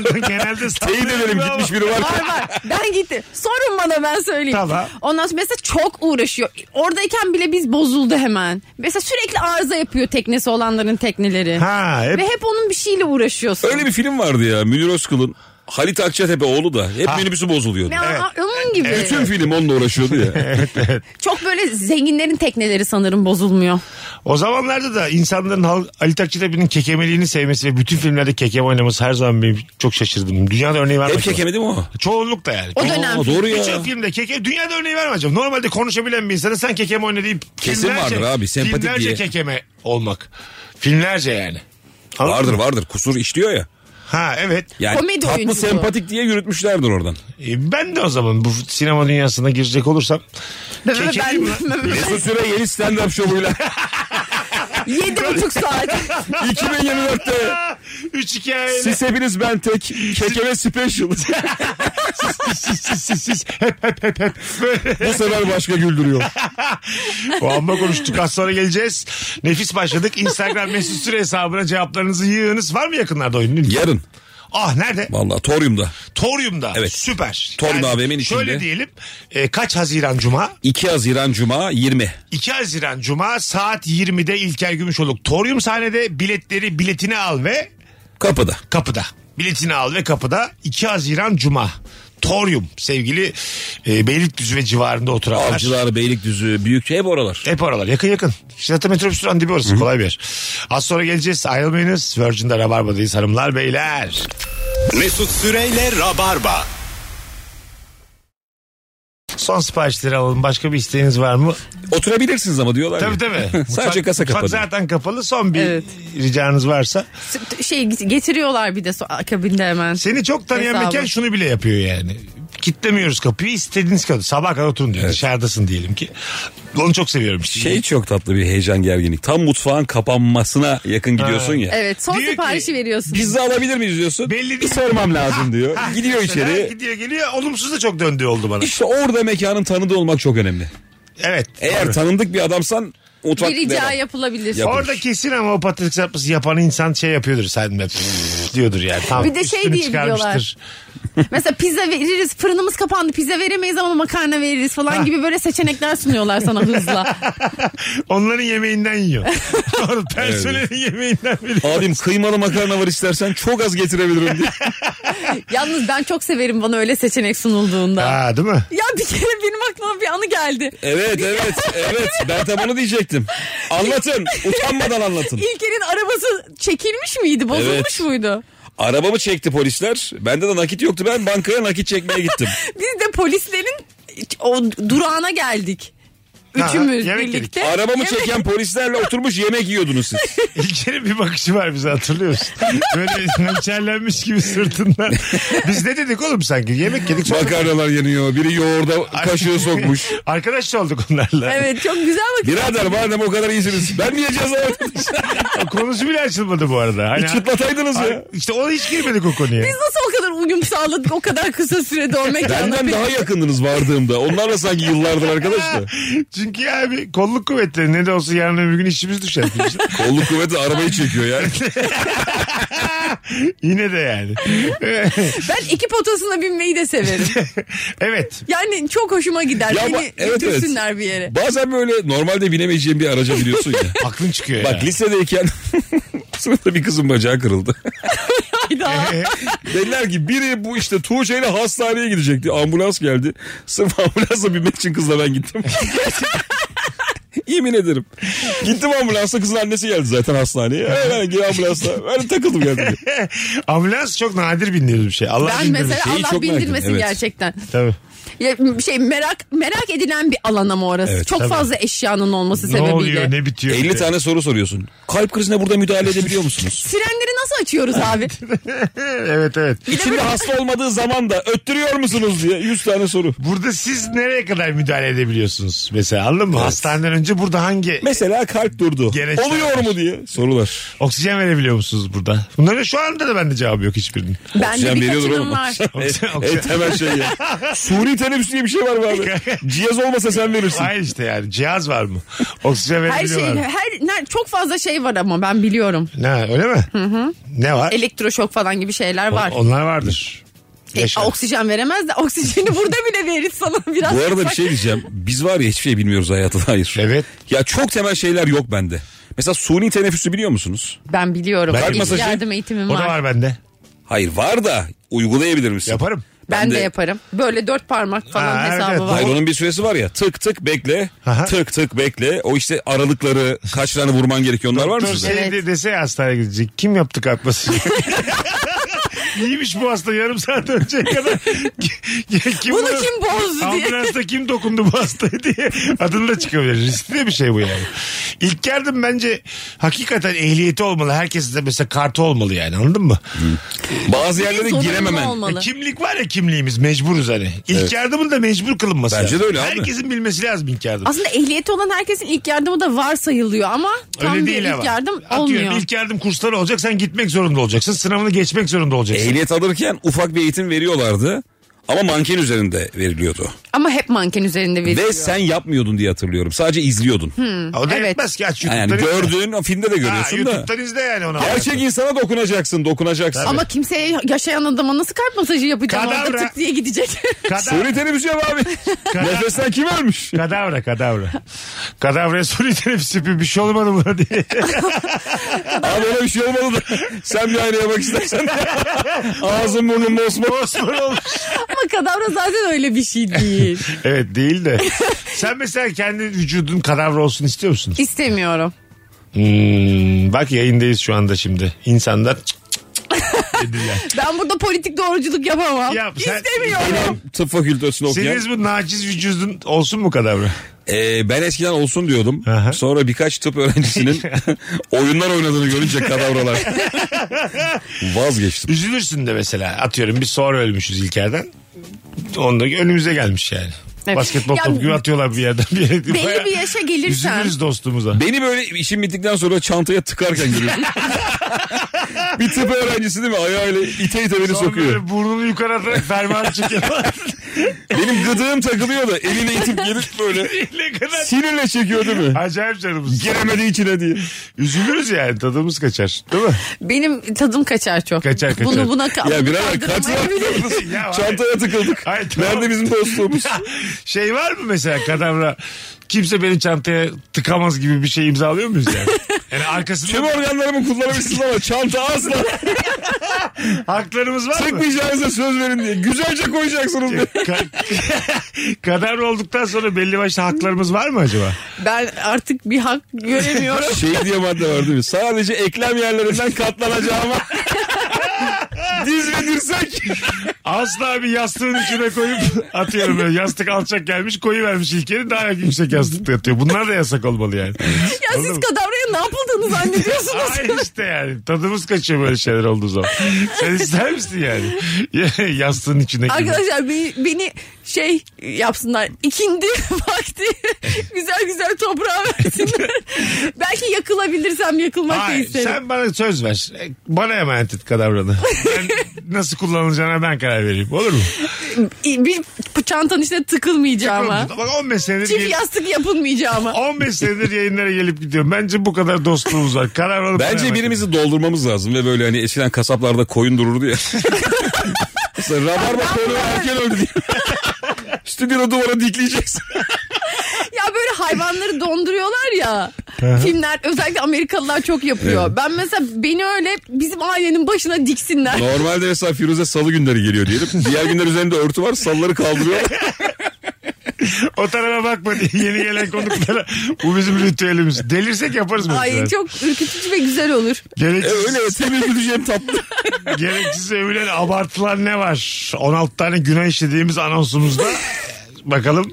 S2: Genelde
S4: Teyit edelim gitmiş biri var.
S3: Var var. Ben gittim. Sorun bana ben söyleyeyim.
S2: Tamam.
S3: Ondan sonra mesela çok uğraşıyor. Oradayken bile biz bozuldu hemen. Mesela sürekli arıza yapıyor teknesi olanların tekneleri.
S2: Ha, hep-
S3: Ve hep onun bir şeyle uğraşıyorsun.
S4: Öyle bir film vardı ya Münir Özkul'un. Halit Akçatepe oğlu da hep
S2: Ha.
S4: minibüsü bozuluyordu.
S3: Ya, Onun gibi.
S4: Bütün film onunla uğraşıyordu ya.
S3: Çok böyle zenginlerin tekneleri sanırım bozulmuyor.
S2: O zamanlarda da insanların halk, Ali Takçıtepe'nin kekemeliğini sevmesi ve bütün filmlerde kekem oynaması her zaman benim çok şaşırdım. Dünyada örneği var mı
S4: hep
S2: acaba?
S4: kekemedi mi o?
S2: Çoğunlukla yani.
S3: O dönem.
S4: Aa, doğru ya.
S2: Birçok filmde keke dünyada örneği var mı acaba? Normalde konuşabilen bir insana sen kekeme oyna deyip
S4: Kesin
S2: filmlerce-
S4: vardır abi, sempatik
S2: filmlerce
S4: diye.
S2: kekeme olmak. Filmlerce yani. Anladın
S4: Vardır
S2: mı?
S4: vardır kusur işliyor ya.
S2: Ha evet.
S4: Yani
S3: Komedi
S4: tatlı
S3: oyuncusu.
S4: sempatik diye yürütmüşlerdir oradan.
S2: E, ben de o zaman bu sinema dünyasına girecek olursam kekeliyim lan.
S4: Mesut Süre yeni stand-up şovuyla
S3: Yedi buçuk saat.
S4: 2024'te
S2: Üç hikayeyle.
S4: siz hepiniz ben tek kekeme special.
S2: Siz siz siz siz. Hep hep hep hep. Böyle.
S4: Bu sefer başka güldürüyor.
S2: O amma konuştuk az sonra geleceğiz. Nefis başladık. Instagram mesut süre hesabına cevaplarınızı yığınız. Var mı yakınlarda oyun?
S4: Yarın
S2: Ah nerede?
S4: vallahi Torium'da
S2: Torium'da.
S4: Evet.
S2: Süper.
S4: Torium AVM'nin içinde.
S2: Şöyle diyelim. e, kaç Haziran Cuma?
S4: 2 Haziran Cuma 20.
S2: 2 Haziran Cuma saat 20'de İlker Gümüşoluk Torium sahnede biletleri biletini al ve
S4: Kapıda.
S2: kapıda. Biletini al ve kapıda 2 Haziran Cuma. Torium sevgili e, Beylikdüzü ve civarında oturanlar.
S4: Avcılar, Beylikdüzü, Büyükçe hep oralar.
S2: Hep oralar yakın yakın. Zaten metrobüs duran dibi orası kolay bir yer. Az sonra geleceğiz ayrılmayınız. Virgin'de Rabarba'dayız hanımlar beyler.
S1: Mesut Süreyle Rabarba.
S2: Son siparişleri alalım. Başka bir isteğiniz var mı?
S4: Oturabilirsiniz ama diyorlar
S2: Tabii
S4: ya.
S2: tabii.
S4: Sadece kasa
S2: mutfak
S4: kapalı.
S2: zaten kapalı. Son bir
S3: Evet.
S2: ricanız varsa.
S3: şey getiriyorlar bir de so- akabinde hemen.
S2: Seni çok tanıyan
S3: Hesabı.
S2: mekan şunu bile yapıyor yani. Kitlemiyoruz kapıyı istediğiniz kadar. Sabah kadar oturun diyor. Dışarıdasın diyelim ki. Onu çok seviyorum. işte.
S4: Şey çok tatlı bir heyecan gerginlik. Tam mutfağın kapanmasına yakın gidiyorsun ya.
S3: Evet son
S2: Diyor ki,
S3: siparişi veriyorsun.
S4: Pizza alabilir miyiz diyorsun.
S2: Belli değil.
S4: Bir sormam lazım diyor.
S2: Ha,
S4: Gidiyor
S2: mesela
S4: içeri.
S2: Gidiyor geliyor. Olumsuz da çok döndüğü oldu bana.
S4: İşte orada mekanın tanıdığı olmak çok önemli.
S2: Evet.
S4: Eğer
S2: Doğru.
S4: tanındık bir adamsan mutfak
S3: bir rica
S4: devam.
S3: yapılabilir.
S4: Yap-
S2: Orada kesin ama o patates kızartması yapan insan şey yapıyordur sen de diyordur yani. Tam
S3: Bir de şey
S2: üstünü
S3: diye biliyorlar.
S2: çıkarmıştır.
S3: Mesela pizza veririz fırınımız kapandı pizza veremeyiz ama makarna veririz falan gibi böyle seçenekler sunuyorlar sana hızla.
S2: Onların yemeğinden yiyor. Doğru personelin yemeğinden biri.
S4: Abim kıymalı makarna var istersen çok az getirebilirim diye.
S3: Yalnız ben çok severim bana öyle seçenek sunulduğunda.
S2: Aa değil mi?
S3: Ya bir kere benim aklıma bir anı geldi.
S4: Evet evet evet ben tam onu diyecektim. Anlatın utanmadan anlatın.
S3: İlker'in arabası çekilmiş miydi bozulmuş
S4: Evet.
S3: muydu?
S4: Arabamı çekti polisler. Bende de nakit yoktu ben bankaya nakit çekmeye gittim.
S3: Biz de polislerin o durağına geldik.
S2: Ha,
S3: Üçümüz
S2: yemek
S3: birlikte.
S4: Arabamı
S3: Yemek-
S4: çeken polislerle oturmuş yemek yiyordunuz siz.
S2: İlker'in bir bakışı var bize hatırlıyor musun? Böyle hançerlenmiş gibi sırtından. Biz ne dedik oğlum sanki? Yemek yedik. sonra-
S4: Makarnalar yeniyor. Biri yoğurda kaşığı sokmuş.
S2: Arkadaş da olduk onlarla.
S3: Evet çok güzel bak.
S4: Birader madem o kadar iyisiniz ben niye ceza yedim?
S2: Konusu bile açılmadı bu arada. Hani,
S4: Hiç çıtlataydınız E, ya.
S2: işte ona hiç girmedik o konuya.
S3: Biz nasıl o kadar uyum sağladık o kadar kısa sürede o mekanda?
S4: Benden daha yakındınız vardığımda. Onlarla sanki yıllardır arkadaş da.
S2: Çünkü abi kolluk kuvvetleri ne de olsa yarın öbür gün işimiz düşer.
S4: Kolluk kuvveti arabayı çekiyor ya.
S2: Yine de yani.
S3: Ben ekip otosuna binmeyi de severim.
S2: evet.
S3: Yani çok hoşuma gider.
S4: Ya
S3: Beni
S4: ba- evet,
S3: götürsünler
S4: evet.
S3: bir yere.
S4: Bazen böyle normalde binemeyeceğin bir araca biliyorsun ya.
S2: Aklın çıkıyor
S4: Bak
S2: ya.
S4: lisedeyken sınıfta bir kızın bacağı kırıldı.
S3: Hayda.
S4: Dediler ki biri bu işte Tuğçe ile hastaneye gidecekti. Ambulans geldi. Sırf ambulansa binmek için kızla ben gittim. Yemin ederim. Gittim ambulansa kızın annesi geldi zaten hastaneye. Öyle gel ambulansa. Öyle takıldım geldim.
S2: Ambulans çok nadir bindiğimiz bir şey. Allah
S3: Ben
S2: bilmiyorum.
S3: mesela
S4: şeyi
S3: Allah
S4: çok merak
S3: bindirmesin
S4: ediyorum, evet.
S3: gerçekten.
S2: Tabii.
S3: Ya, şey merak merak edilen bir alan ama orası.
S4: Evet,
S3: çok
S2: tabii.
S3: fazla eşyanın olması
S2: Ne
S3: sebebiyle.
S2: oluyor ne bitiyor.
S4: 50 tane soru soruyorsun. Kalp krizine burada müdahale edebiliyor musunuz?
S3: Sirenleri seansı açıyoruz abi.
S2: evet evet.
S4: İçinde hasta olmadığı zaman da öttürüyor musunuz diye 100 tane soru.
S2: Burada siz nereye kadar müdahale edebiliyorsunuz? Mesela anladın mı? Hastaneden önce burada hangi
S4: Mesela kalp durdu.
S2: Gereçler.
S4: Oluyor mu diye sorular.
S2: oksijen verebiliyor musunuz burada? Bunların şu anda da bende cevabı yok hiçbirinin.
S3: Ben de
S4: Oksijen
S3: bir
S4: veriyordur oğlum.
S3: var.
S2: Oksijen-
S4: En temel şey ya. Suni teneffüs diye bir şey var mı abi? Cihaz olmasa sen verirsin.
S2: Hayır işte yani cihaz var mı? Oksijen
S3: Her
S2: verebiliyor
S3: şey,
S2: var mı?
S3: her ne- çok fazla şey var ama ben biliyorum.
S2: Ne öyle mi? Ne var?
S3: Elektroşok falan gibi şeyler var.
S2: O- Onlar vardır.
S3: E,
S2: Yaşa.
S3: oksijen veremez de oksijeni burada bile veririz sana biraz.
S4: Bu arada bir şey diyeceğim. Biz var ya hiçbir şey bilmiyoruz hayatı dair.
S2: Evet.
S4: Ya çok temel şeyler yok bende. Mesela suni teneffüsü biliyor musunuz?
S3: Ben biliyorum.
S2: Ben
S3: İlgi
S4: masajı-
S3: yardım eğitimim
S2: o da
S3: var.
S2: var bende.
S4: Hayır var da uygulayabilir misin?
S2: Yaparım.
S3: Ben,
S4: Ben
S3: de,
S4: de-
S3: yaparım. Böyle dört parmak falan
S2: Ha,
S3: hesabı
S2: evet.
S3: var.
S4: Hayır onun bir süresi var ya tık tık bekle
S2: Aha.
S4: tık tık bekle o işte aralıkları kaç tane vurman gerekiyor onlar var mı
S2: Doktor
S4: sizde?
S2: şey de- dese ya hastaneye gidecek. Kim yaptı kalp masajı? İyiymiş bu hasta yarım saat önceye kadar. kim
S3: Bunu kim bozdu diye.
S2: Ambulansta kim dokundu bu hastaya diye. Adını da çıkabilir. Riskli bir şey bu yani. İlk yardım bence hakikaten ehliyeti olmalı. Herkesin de mesela kartı olmalı yani anladın mı?
S4: Bazı yerlere
S3: Zorunlu
S4: girememen.
S3: olmalı.
S2: E, kimlik var ya kimliğimiz mecburuz hani. İlk yardımın da mecbur kılınması
S4: Bence
S2: lazım.
S4: de öyle abi.
S2: Herkesin bilmesi lazım ilk yardım.
S3: Aslında ehliyeti olan herkesin ilk yardımı da var sayılıyor ama tam
S2: Öyle
S3: bir
S2: değil
S3: ilk
S2: ama.
S3: yardım
S2: Atıyorum,
S3: olmuyor.
S2: ilk yardım kursları olacak. Sen gitmek zorunda olacaksın. Sınavını geçmek zorunda olacaksın.
S4: Ehliyet alırken ufak bir eğitim veriyorlardı ama manken üzerinde veriliyordu.
S3: Ama hep manken üzerinde veriliyor.
S4: Ve sen yapmıyordun diye hatırlıyorum sadece izliyordun.
S2: o da
S3: evet.
S2: yetmez ki aç YouTube'dan.
S4: Yani
S2: izle.
S4: gördüğün o filmde de
S2: Ha,
S4: görüyorsun da.
S2: YouTube'dan izle yani onu.
S4: Gerçek insana dokunacaksın dokunacaksın.
S3: Ama kimseye yaşayan adama nasıl kalp masajı yapacağım orada
S2: Kadavra.
S3: tık diye gidecek.
S2: Kadavra,
S4: Suni teneffüsü yap abi. Nefesten kim ölmüş?
S2: kadavra, kadavra. Kadavraya soru teneffüs yapıyor. Bir şey olmadı buna diye.
S4: Abi öyle bir şey olmadı da. Sen bir aynaya bak istersen. Ağzın burnun mosmor.
S2: Osman olmuş.
S3: ama kadavra zaten öyle bir şey değil.
S2: Evet değil de. Sen mesela kendi vücudun kadavra olsun istiyor musun?
S3: İstemiyorum.
S2: Hmm, bak yayındayız şu anda şimdi. İnsanlar cık cık cık dediler.
S3: Ben burada politik doğruculuk yapamam.
S2: Yap, sen-
S3: İstemiyorum.
S4: Tıp fakültesini okuyan.
S2: Senin bu naciz vücudun olsun mu kadavra?
S4: Ee, ben eskiden olsun diyordum.
S2: Aha.
S4: Sonra birkaç tıp öğrencisinin oyunlar oynadığını görünce kadavralar. Vazgeçtim.
S2: Üzülürsün de mesela atıyorum bir sonra ölmüşüz İlker'den. Onda önümüze gelmiş yani.
S3: Evet.
S2: Basketbol
S3: Ya-
S2: topu gibi atıyorlar bir yerden bir yere.
S3: Belli
S2: Baya
S3: bir yaşa gelirsen.
S2: Üzülürüz dostumuza.
S4: Beni böyle işim bittikten sonra çantaya tıkarken görüyorum. bir tıp öğrencisi değil mi? Ayağıyla ite ite beni
S2: Sonra
S4: sokuyor.
S2: böyle burnunu yukarı atarak fermuarı çekiyorlar.
S4: Benim gıdığım takılıyor da eline itip gelip böyle
S2: ne kadar
S4: sinirle çekiyor değil mi?
S2: acayip canımız.
S4: Giremedi içine diye.
S2: Üzülürüz yani tadımız kaçar. Değil mi?
S3: Benim tadım kaçar çok.
S2: Kaçar, kaçar.
S3: Bunu buna ka-
S4: Ya birader kaç
S3: kaldıramayabilirim.
S4: yaptınız?
S2: Ya abi.
S4: Çantaya tıkıldık.
S2: Ay, tamam.
S4: Nerede bizim dostluğumuz?
S2: şey var mı mesela kadavra kimse beni çantaya tıkamaz gibi bir şey imzalıyor muyuz yani? Yani
S4: Tüm
S2: arkasında
S4: organlarımı kullanabilirsiniz ama çanta asla
S2: haklarımız var mı?
S4: tıkmayacağınıza söz verin diye. Güzelce koyacaksınız diye.
S2: Ka- kadavra olduktan sonra belli başlı haklarımız var mı acaba?
S3: Ben artık bir hak göremiyorum.
S4: Şey diye madde var değil mi? Sadece eklem yerlerinden katlanacağıma diz ve dirsek.
S2: Asla bir yastığın içine koyup atıyorum böyle yastık alçak gelmiş koyu vermiş ilkeni daha yüksek yastıkta yatıyor. Bunlar da yasak olmalı yani.
S3: ya siz kadavraya ne yapıldığını zannediyorsunuz.
S2: Ay işte yani tadımız kaçıyor böyle şeyler olduğu zaman. Sen ister misin yani? Yastığın içine girmek.
S3: Arkadaşlar beni, beni şey yapsınlar. İkindi vakti güzel güzel toprağa versinler. Belki yakılabilirsem yakılmak da
S2: Hayır,
S3: isterim.
S2: sen bana söz ver. E, Bana emanet et kadavranı. Ben nasıl kullanılacağına ben karar vereyim. Olur mu?
S3: İ- Bir çantanın içine tıkılmayacağıma.
S2: Bak 15 senedir
S3: Çift yastık yapılmayacağıma.
S2: 15 senedir yayınlara gelip gidiyorum. Bence bu kadar dostluğumuz var. Karar alıp
S4: Bence
S2: bana
S4: birimizi doldurmamız lazım ve böyle hani eskiden kasaplarda koyun dururdu ya. Mesela rabarba koyunu erken öldü diye. Stüdyoda duvara dikleyeceksin.
S3: Ya böyle hayvanları donduruyorlar ya. filmler özellikle Amerikalılar çok yapıyor. Ben mesela beni öyle bizim ailenin başına diksinler.
S4: Normalde mesela Firuze salı günleri geliyor diyelim. Diğer günler üzerinde örtü var salları kaldırıyor.
S2: emanet et. O tarafa bakma diye yeni gelen konuklara. Bu bizim ritüelimiz. Delirsek yaparız mesela.
S3: Ay çok ürkütücü ve güzel olur.
S4: E,
S2: Gereksiz,
S4: öyle temiz gideceğim tatlı.
S2: gereksiz övülen abartılan ne var? 16 tane günah işlediğimiz anonsumuzda bakalım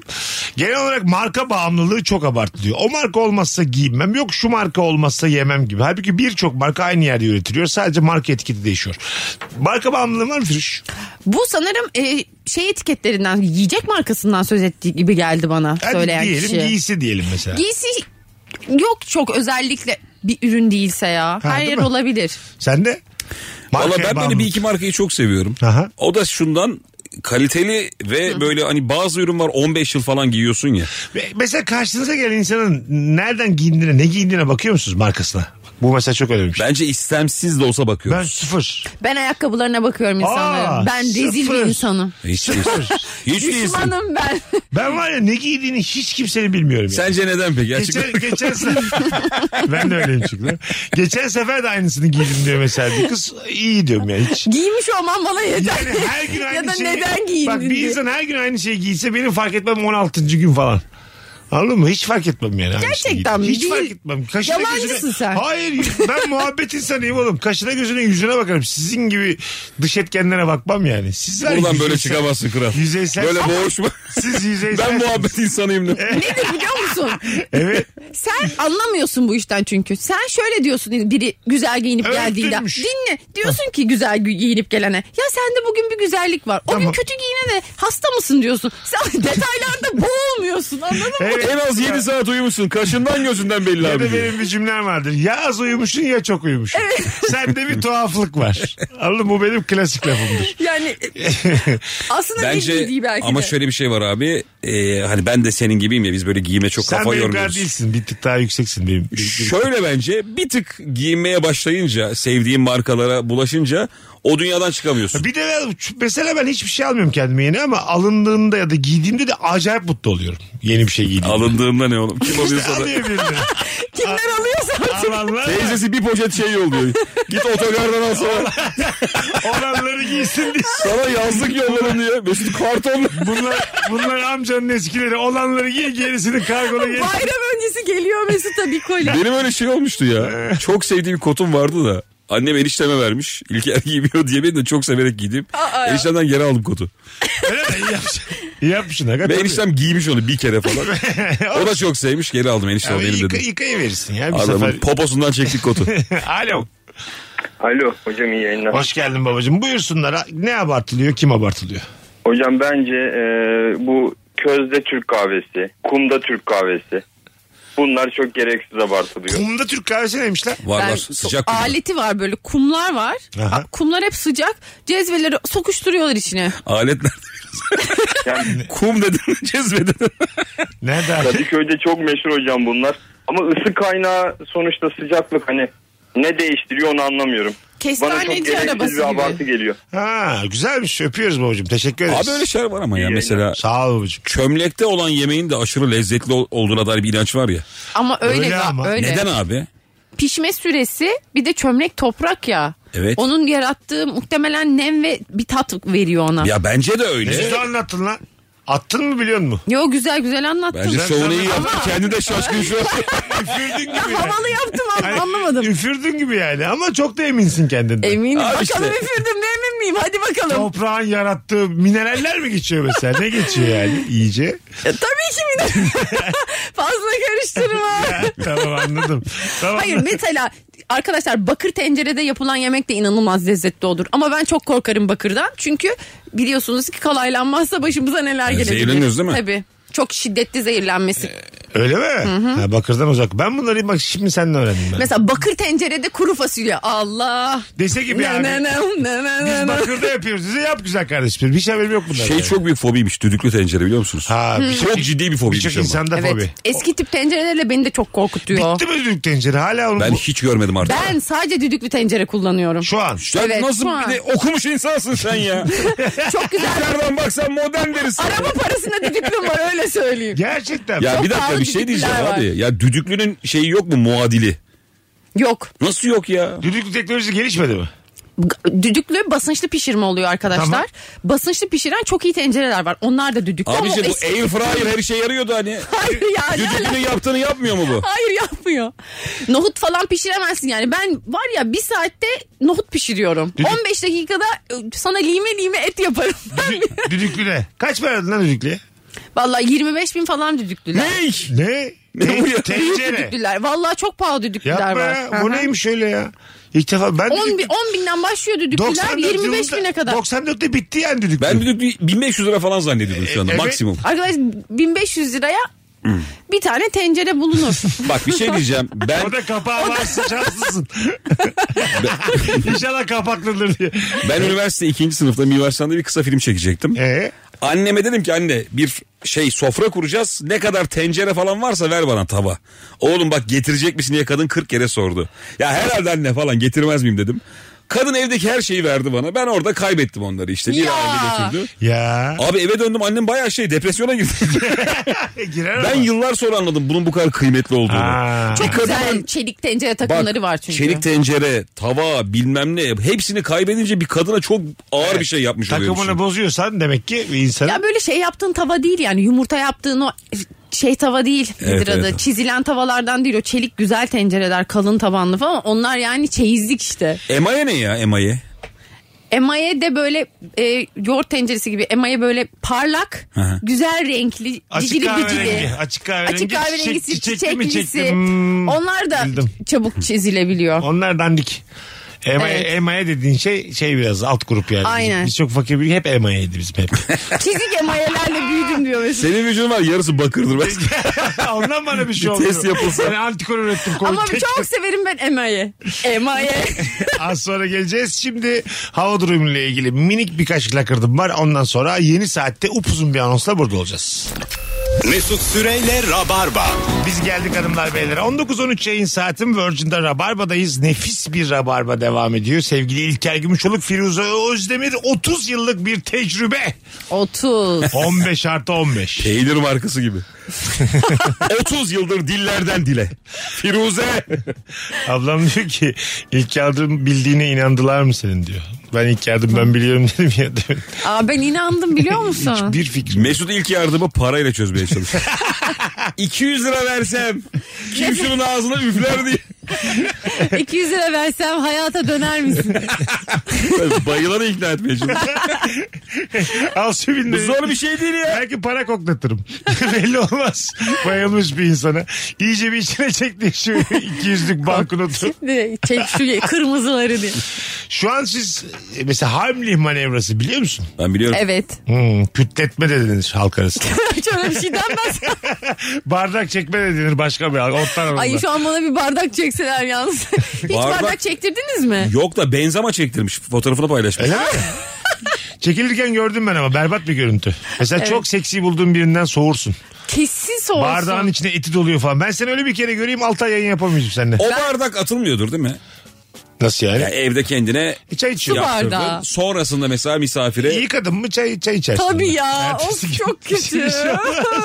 S2: Genel olarak marka bağımlılığı çok abartılıyor. O marka olmazsa giyinmem yok şu marka olmazsa yemem gibi. Halbuki birçok marka aynı yerde üretiliyor. Sadece marka etiketi değişiyor. Marka bağımlılığı var mı Firuş?
S3: Bu sanırım e, şey etiketlerinden yiyecek markasından söz ettiği gibi geldi bana
S2: Hadi
S3: söyleyen
S2: diyelim
S3: kişi.
S2: giysi diyelim mesela.
S3: Giysi yok çok özellikle bir ürün değilse ya. Her
S2: değil
S3: yer
S2: mi?
S3: olabilir.
S2: Sen de?
S4: Valla
S2: Markaya
S4: ben böyle
S2: bağımlılık.
S4: bir iki markayı çok seviyorum.
S2: Aha.
S4: O da şundan kaliteli ve böyle hani bazı ürün var 15 yıl falan giyiyorsun ya.
S2: Ve Mesela karşınıza gelen insanın nereden giyindiğine ne giyindiğine bakıyor musunuz markasına? Bak, Bu mesela çok önemli bir şey.
S4: Bence istemsiz de olsa
S2: Ben
S4: bakıyoruz.
S2: sıfır.
S3: Ben ayakkabılarına bakıyorum
S2: Aa,
S3: insanların. Ben rezil
S2: sıfır.
S3: bir insanım.
S4: Hiç değilsin. Hiç değilsin.
S3: Düşmanım ben.
S2: Ben var ya ne giydiğini hiç kimsenin bilmiyorum. yani.
S4: Sence neden peki?
S2: Geçen,
S4: Açıkla.
S2: geçen sefer ben de öyleyim çünkü. Geçen sefer de aynısını giydim diyor mesela bir kız iyi diyorum ya hiç.
S3: Giymiş olmam bana yeter.
S2: Yani her gün aynı
S3: ya da
S2: şeyi-
S3: neden giyindin
S2: Bak bir
S3: diye.
S2: insan her gün aynı şeyi giyse benim fark etmem 16. gün falan. Anladın mı? Hiç fark etmem yani. aynı şeyi
S3: Gerçekten
S2: giydim. Hiç
S3: değil.
S2: fark etmem. Kaşına
S3: Yalancısın
S2: gözüne...
S3: sen.
S2: Hayır ben muhabbet insanıyım oğlum. Kaşına gözüne yüzüne bakarım. Sizin gibi dış etkenlere bakmam yani. Sizler
S4: Buradan böyle
S2: yüzeysel-
S4: çıkamazsın kral.
S2: Yüzeysel.
S4: Böyle boğuşma.
S2: Siz yüzeysel.
S4: ben muhabbet insanıyım. da.
S3: Nedir biliyor musun?
S2: Evet.
S3: Sen anlamıyorsun bu işten çünkü. Sen şöyle diyorsun biri güzel giyinip geldiğinde.
S2: Örtülmüş.
S3: Dinle. Diyorsun ki güzel gü- giyinip gelene. Ya sende bugün bir güzellik var. O gün
S2: Tamam.
S3: kötü giyine de hasta mısın diyorsun. Sen detaylarda boğulmuyorsun anladın mı?
S2: Evet.
S4: en az 7 saat uyumuşsun. Kaşından gözünden belli
S2: Ya
S4: abi.
S2: da
S4: diyor.
S2: benim bir cümlem vardır. Ya az uyumuşsun ya çok uyumuşsun. Sende bir tuhaflık var. Anladın mı? Bu benim klasik lafımdır.
S3: Yani aslında
S4: Bence
S3: Bence, değil belki
S4: ama
S3: de.
S4: şöyle bir şey var abi. Ee, hani ben de senin gibiyim ya biz böyle giyime çok
S2: Sen
S4: kafa
S2: benim
S4: yormuyoruz.
S2: kadar değilsin. Bir tık daha yükseksin benim.
S4: Şöyle bence bir tık giymeye başlayınca sevdiğin markalara bulaşınca o dünyadan çıkamıyorsun.
S2: Bir de ben- mesela ben hiçbir şey almıyorum kendime yeni ama alındığında ya da giydiğimde de acayip mutlu oluyorum. Yeni bir şey giydiğimde.
S4: Alındığında ne oğlum? Kim alıyorsa da.
S2: Alıyorum birini.
S3: Kimler alıyorsa
S2: Alanlar
S4: Teyzesi bir poşet şey yolluyor. Git otogardan alsana.
S2: olanları giysin diye.
S4: Sana yazlık yollarım diye. Mesut karton.
S2: Bunlar, bunlar amcanın eskileri. Olanları giy gerisini kargola geç.
S3: bayram öncesi geliyor Mesut'a bir kolye.
S4: Benim öyle şey olmuştu ya. Çok sevdiğim kotum vardı da. Annem enişteme vermiş. İlker giymiyor diye beni de çok severek giydim.
S3: Aa.
S4: Eniştemden geri aldım kotu.
S2: Öyle mi? İyi yapmışsın. İyi yapmışsın. aga,
S4: Ve
S2: tabii.
S4: eniştem giymiş onu bir kere falan. o da çok sevmiş geri aldım enişte o
S2: Ama
S4: benim
S2: Yıka,
S4: dedim.
S2: yıkayıverirsin ya bir
S4: Adamın poposundan çektik kotu.
S2: sefer. Alo.
S7: Alo hocam iyi yayınlar.
S2: Hoş geldin babacığım. Buyursunlar. Ha- Ne abartılıyor? Kim abartılıyor?
S7: Hocam bence e, bu közde Türk kahvesi, kumda Türk kahvesi bunlar çok gereksiz abartılıyor.
S2: Kumda Türk kahvesi neymiş lan?
S4: Var var
S3: Ben-
S4: sıcak kumda.
S3: aleti var böyle kumlar var.
S2: Aha.
S3: A- Kumlar hep sıcak. Cezveleri sokuşturuyorlar içine.
S4: Aletler.
S7: Yani
S4: Kum dedim cezbedin.
S2: Nerede abi?
S7: Kadıköy'de çok meşhur hocam bunlar. Ama ısı kaynağı sonuçta sıcaklık hani ne değiştiriyor onu anlamıyorum. Bana çok
S3: Kestaneci
S7: gereksiz
S3: E, arabası
S7: bir
S3: gibi.
S7: abartı geliyor.
S2: Ha, güzelmiş. Öpüyoruz babacığım. Teşekkür ederiz.
S4: Abi öyle şey- şeyler var ama ya
S7: yayınlar.
S4: mesela.
S2: Sağ ol babacığım.
S4: Çömlekte olan yemeğin de aşırı lezzetli ol- olduğuna dair bir inanç var ya.
S3: Ama öyle
S2: Öyle
S3: öyle,
S2: ama.
S3: öyle.
S4: Neden abi?
S3: Pişme süresi bir de çömlek toprak ya.
S4: Evet.
S3: Onun yarattığı muhtemelen nem ve bir tat veriyor ona.
S4: Ya bence de
S2: Ne
S4: öyle.
S2: güzel anlattın lan. Attın mı biliyor musun?
S3: Yo güzel güzel anlattın.
S4: Bence şovunu iyi yaptı.
S3: Ama-
S4: Kendi de şaşkın şu an.
S2: Üfürdün gibi.
S3: Ya
S2: yani.
S3: havalı yaptım an-
S2: Hani
S3: anlamadım.
S2: Üfürdün gibi yani ama çok da eminsin kendinden.
S3: Eminim.
S4: Abi
S3: bakalım
S4: işte.
S3: üfürdüm mü emin miyim? Hadi bakalım.
S2: Toprağın yarattığı mineraller mi geçiyor mesela? Ne geçiyor yani iyice?
S3: E, Tabii ki bir de. Fazla karıştırma.
S2: tamam anladım. Tamam.
S3: Hayır mesela arkadaşlar bakır tencerede yapılan yemek de inanılmaz lezzetli olur. Ama ben çok korkarım bakırdan. Çünkü biliyorsunuz ki kalaylanmazsa başımıza neler
S4: Yani
S3: gelebilir.
S4: zehirleniriz değil mi?
S3: Tabii. Çok şiddetli zehirlenmesi.
S2: Öyle mi? Ha, bakırdan uzak. Ben bunları bak şimdi senden öğrendim ben.
S3: Mesela bakır tencerede kuru fasulye. Allah.
S2: Dese gibi
S3: Ne
S2: abi.
S3: ne ne ne ne ne
S2: Biz
S3: ne.
S2: bakırda yapıyoruz. Size yap güzel kardeşim. Bir şey haberim yok bunlar.
S4: Şey çok büyük fobiymiş düdüklü tencere biliyor musunuz?
S2: Ha,
S3: Hmm.
S2: bir şey-
S4: Çok ciddi bir fobiymiş
S2: Birçok
S4: ama.
S2: insanda
S3: Evet.
S2: fobi.
S3: Eski tip tencerelerle beni de çok korkutuyor.
S2: Bitti mi düdük tencere? Hala onu
S4: Ben hiç görmedim artık.
S3: Ben sadece düdüklü tencere kullanıyorum.
S2: şu an.
S4: Sen
S3: Evet,
S4: nasıl
S3: şu an.
S4: bir de okumuş insansın sen ya.
S3: Çok güzel.
S4: Nereden baksan modern derisin.
S3: Araba parasına düdüklüm var öyle söyleyeyim.
S2: Gerçekten.
S4: Ya
S3: Çok
S4: bir dakika
S3: pahalı
S4: bir şey diyeceğim
S3: düdükler var.
S4: abi. Ya düdüklünün şeyi yok mu muadili?
S3: Yok.
S4: Nasıl yok ya?
S2: Düdüklü teknolojisi gelişmedi mi?
S3: düdüklü basınçlı pişirme oluyor arkadaşlar.
S2: Tamam.
S3: Basınçlı pişiren çok iyi tencereler var. Onlar da düdüklü ama
S4: Abici
S3: o
S4: bu
S3: eski-
S4: air fryer her işe yarıyordu hani.
S3: Hayır ya. ne
S4: Düdüklünün
S3: alaka?
S4: yaptığını yapmıyor mu bu?
S3: Hayır yapmıyor. Nohut falan pişiremezsin yani. Ben var ya bir saatte nohut pişiriyorum. 15 dakikada e, sana ıı, lime lime et yaparım. Ben,
S2: Düdüklü ne? Kaç para verdin lan düdüklüye?
S3: Vallahi 25 bin falan düdüklüler.
S4: Ne?
S2: Ne?
S4: Ne bu ya?
S2: Te- tencere.
S3: Düdüklüler. Vallahi çok pahalı düdüklüler
S2: Yapma
S3: var.
S2: ya.
S3: Hı
S2: Bu
S3: hı.
S2: neymiş öyle ya? İlk defa ben
S3: 10, bin, 10 binden başlıyor düdüklüler 25
S2: yılında-
S3: bine kadar.
S2: 94'te bitti yani düdüklü.
S4: Ben bir de 1500 lira falan zannediyordum şu anda
S2: Evet.
S4: maksimum.
S3: Arkadaş 1500 liraya bir tane tencere bulunur.
S4: Bak bir şey diyeceğim. Ben
S2: Orada kapağı varsa şanslısın. İnşallah kapaklıdır diye.
S4: ben üniversite ikinci sınıfta Mimar Sinan'da bir kısa film çekecektim.
S2: Ee,
S4: Anneme dedim ki anne bir şey sofra kuracağız. Ne kadar tencere falan varsa ver bana tava. Oğlum bak getirecek misin diye kadın 40 kere sordu. Ya herhalde anne falan getirmez miyim dedim. Kadın evdeki her şeyi verdi bana. Ben orada kaybettim onları işte. Bir
S3: Ya.
S4: aile götürdü.
S2: ya.
S4: Abi eve döndüm annem bayağı şey depresyona girdi.
S2: E, girer
S4: ben
S2: ama.
S4: yıllar sonra anladım bunun bu kadar kıymetli olduğunu.
S2: Aa.
S4: Bir kadının-
S3: Güzel çelik tencere
S4: Bak,
S3: takımları var çünkü.
S4: Çelik tencere, tava bilmem ne hepsini kaybedince bir kadına çok ağır bir şey yapmış oluyormuşsun.
S2: Takımını bozuyorsan demek ki bir insanın
S3: Ya böyle şey yaptığın tava değil yani yumurta yaptığın o şey tava değil.
S4: Evet,
S3: nedir adı?
S4: evet.
S3: Çizilen tavalardan değil o çelik güzel tencereler kalın tabanlı falan onlar yani çeyizlik işte.
S4: Emaye ne ya emaye?
S3: Emaye de böyle e, yoğurt tenceresi gibi emaye böyle parlak
S4: hı.
S3: güzel renkli
S2: açık
S3: cicili
S2: kahverengi.
S3: bicili.
S2: Açık kahverengi.
S3: Açık kahverengisi
S2: çiçek- çiçekli mi
S3: çiçeklisi.
S2: çekti? Hmm.
S3: Onlar da
S2: Bildim.
S3: çabuk çizilebiliyor.
S2: Onlar dandik. Emaye,
S3: Evet.
S2: emaye dediğin şey şey biraz alt grup yani.
S3: Aynen.
S2: Biz çok fakir bir hep emayeydi biz hep.
S3: Çizik emayelerle büyüdüm diyor mesela.
S4: Senin vücudun var yarısı bakırdır. Ben...
S2: Ondan bana bir şey oldu.
S4: test yapılsa.
S2: Yani antikor ürettim. Covid
S3: Ama
S2: tek-
S3: çok severim ben emaye. Emaye.
S2: Az sonra geleceğiz. Şimdi hava durumuyla ilgili minik birkaç lakırdım var. Ondan sonra yeni saatte upuzun bir anonsla burada olacağız.
S1: Mesut Süreyle Rabarba.
S2: Biz geldik hanımlar beyler. 19.13 yayın saatim Virgin'de Rabarba'dayız. Nefis bir Rabarba devam ediyor. Sevgili İlker Gümüşoluk, Firuze Özdemir 30 yıllık bir tecrübe.
S3: 30.
S2: 15 artı 15.
S4: Peynir markası gibi. 30 yıldır dillerden dile. Firuze.
S2: Ablam diyor ki ilk yardım bildiğine inandılar mı senin diyor. Ben ilk yardım ben biliyorum dedim ya.
S3: Aa ben inandım biliyor musun?
S2: bir fikrim.
S4: Mesut ilk yardımı parayla çözmeye çalışıyor. 200 lira versem kim şunun ağzına üfler diye.
S3: 200 lira versem hayata döner misin?
S4: Ben Bayılanı ikna etmeye çalışıyorum.
S2: Al şu bin
S4: Bu
S2: lirayı.
S4: zor bir şey değil ya.
S2: Belki para koklatırım. Belli olmaz. Bayılmış bir insana. İyice bir içine çekti şu 200'lük banknotu.
S3: Şimdi çek şu kırmızıları diye.
S2: Şu an siz e, mesela Heimlich manevrası biliyor musun?
S4: Ben biliyorum.
S3: Evet.
S2: Hmm, kütletme de denir halk arasında.
S3: Hiç öyle bir şey denmez.
S2: Bardak çekme de denir başka bir halk. Otlar arasında.
S3: Ay şu an bana bir bardak çekseler yalnız. Hiç bardak,
S4: Bardak-
S3: çektirdiniz mi?
S4: Yok da benzama çektirmiş. Fotoğrafını paylaşmış.
S2: Öyle mi? Çekilirken gördüm ben ama berbat bir görüntü. Mesela çok seksi bulduğun birinden soğursun.
S3: Kesin soğusun.
S2: Bardağın içine eti doluyor falan. Ben seni öyle bir kere göreyim 6 ay yayın yapamayacağım seninle.
S4: O bardak atılmıyordur değil mi?
S2: Nasıl yani?
S4: Ya evde kendine
S2: E, çay
S3: Su
S2: içiyor.
S4: yaptırdın.
S3: bardağı.
S4: Sonrasında mesela misafire
S2: İyi kadın mı çay, çay içersin.
S3: Tabii ya.
S2: Ertesi
S3: Of
S2: gün
S3: çok
S2: bir şey
S3: kötü.
S2: olmaz.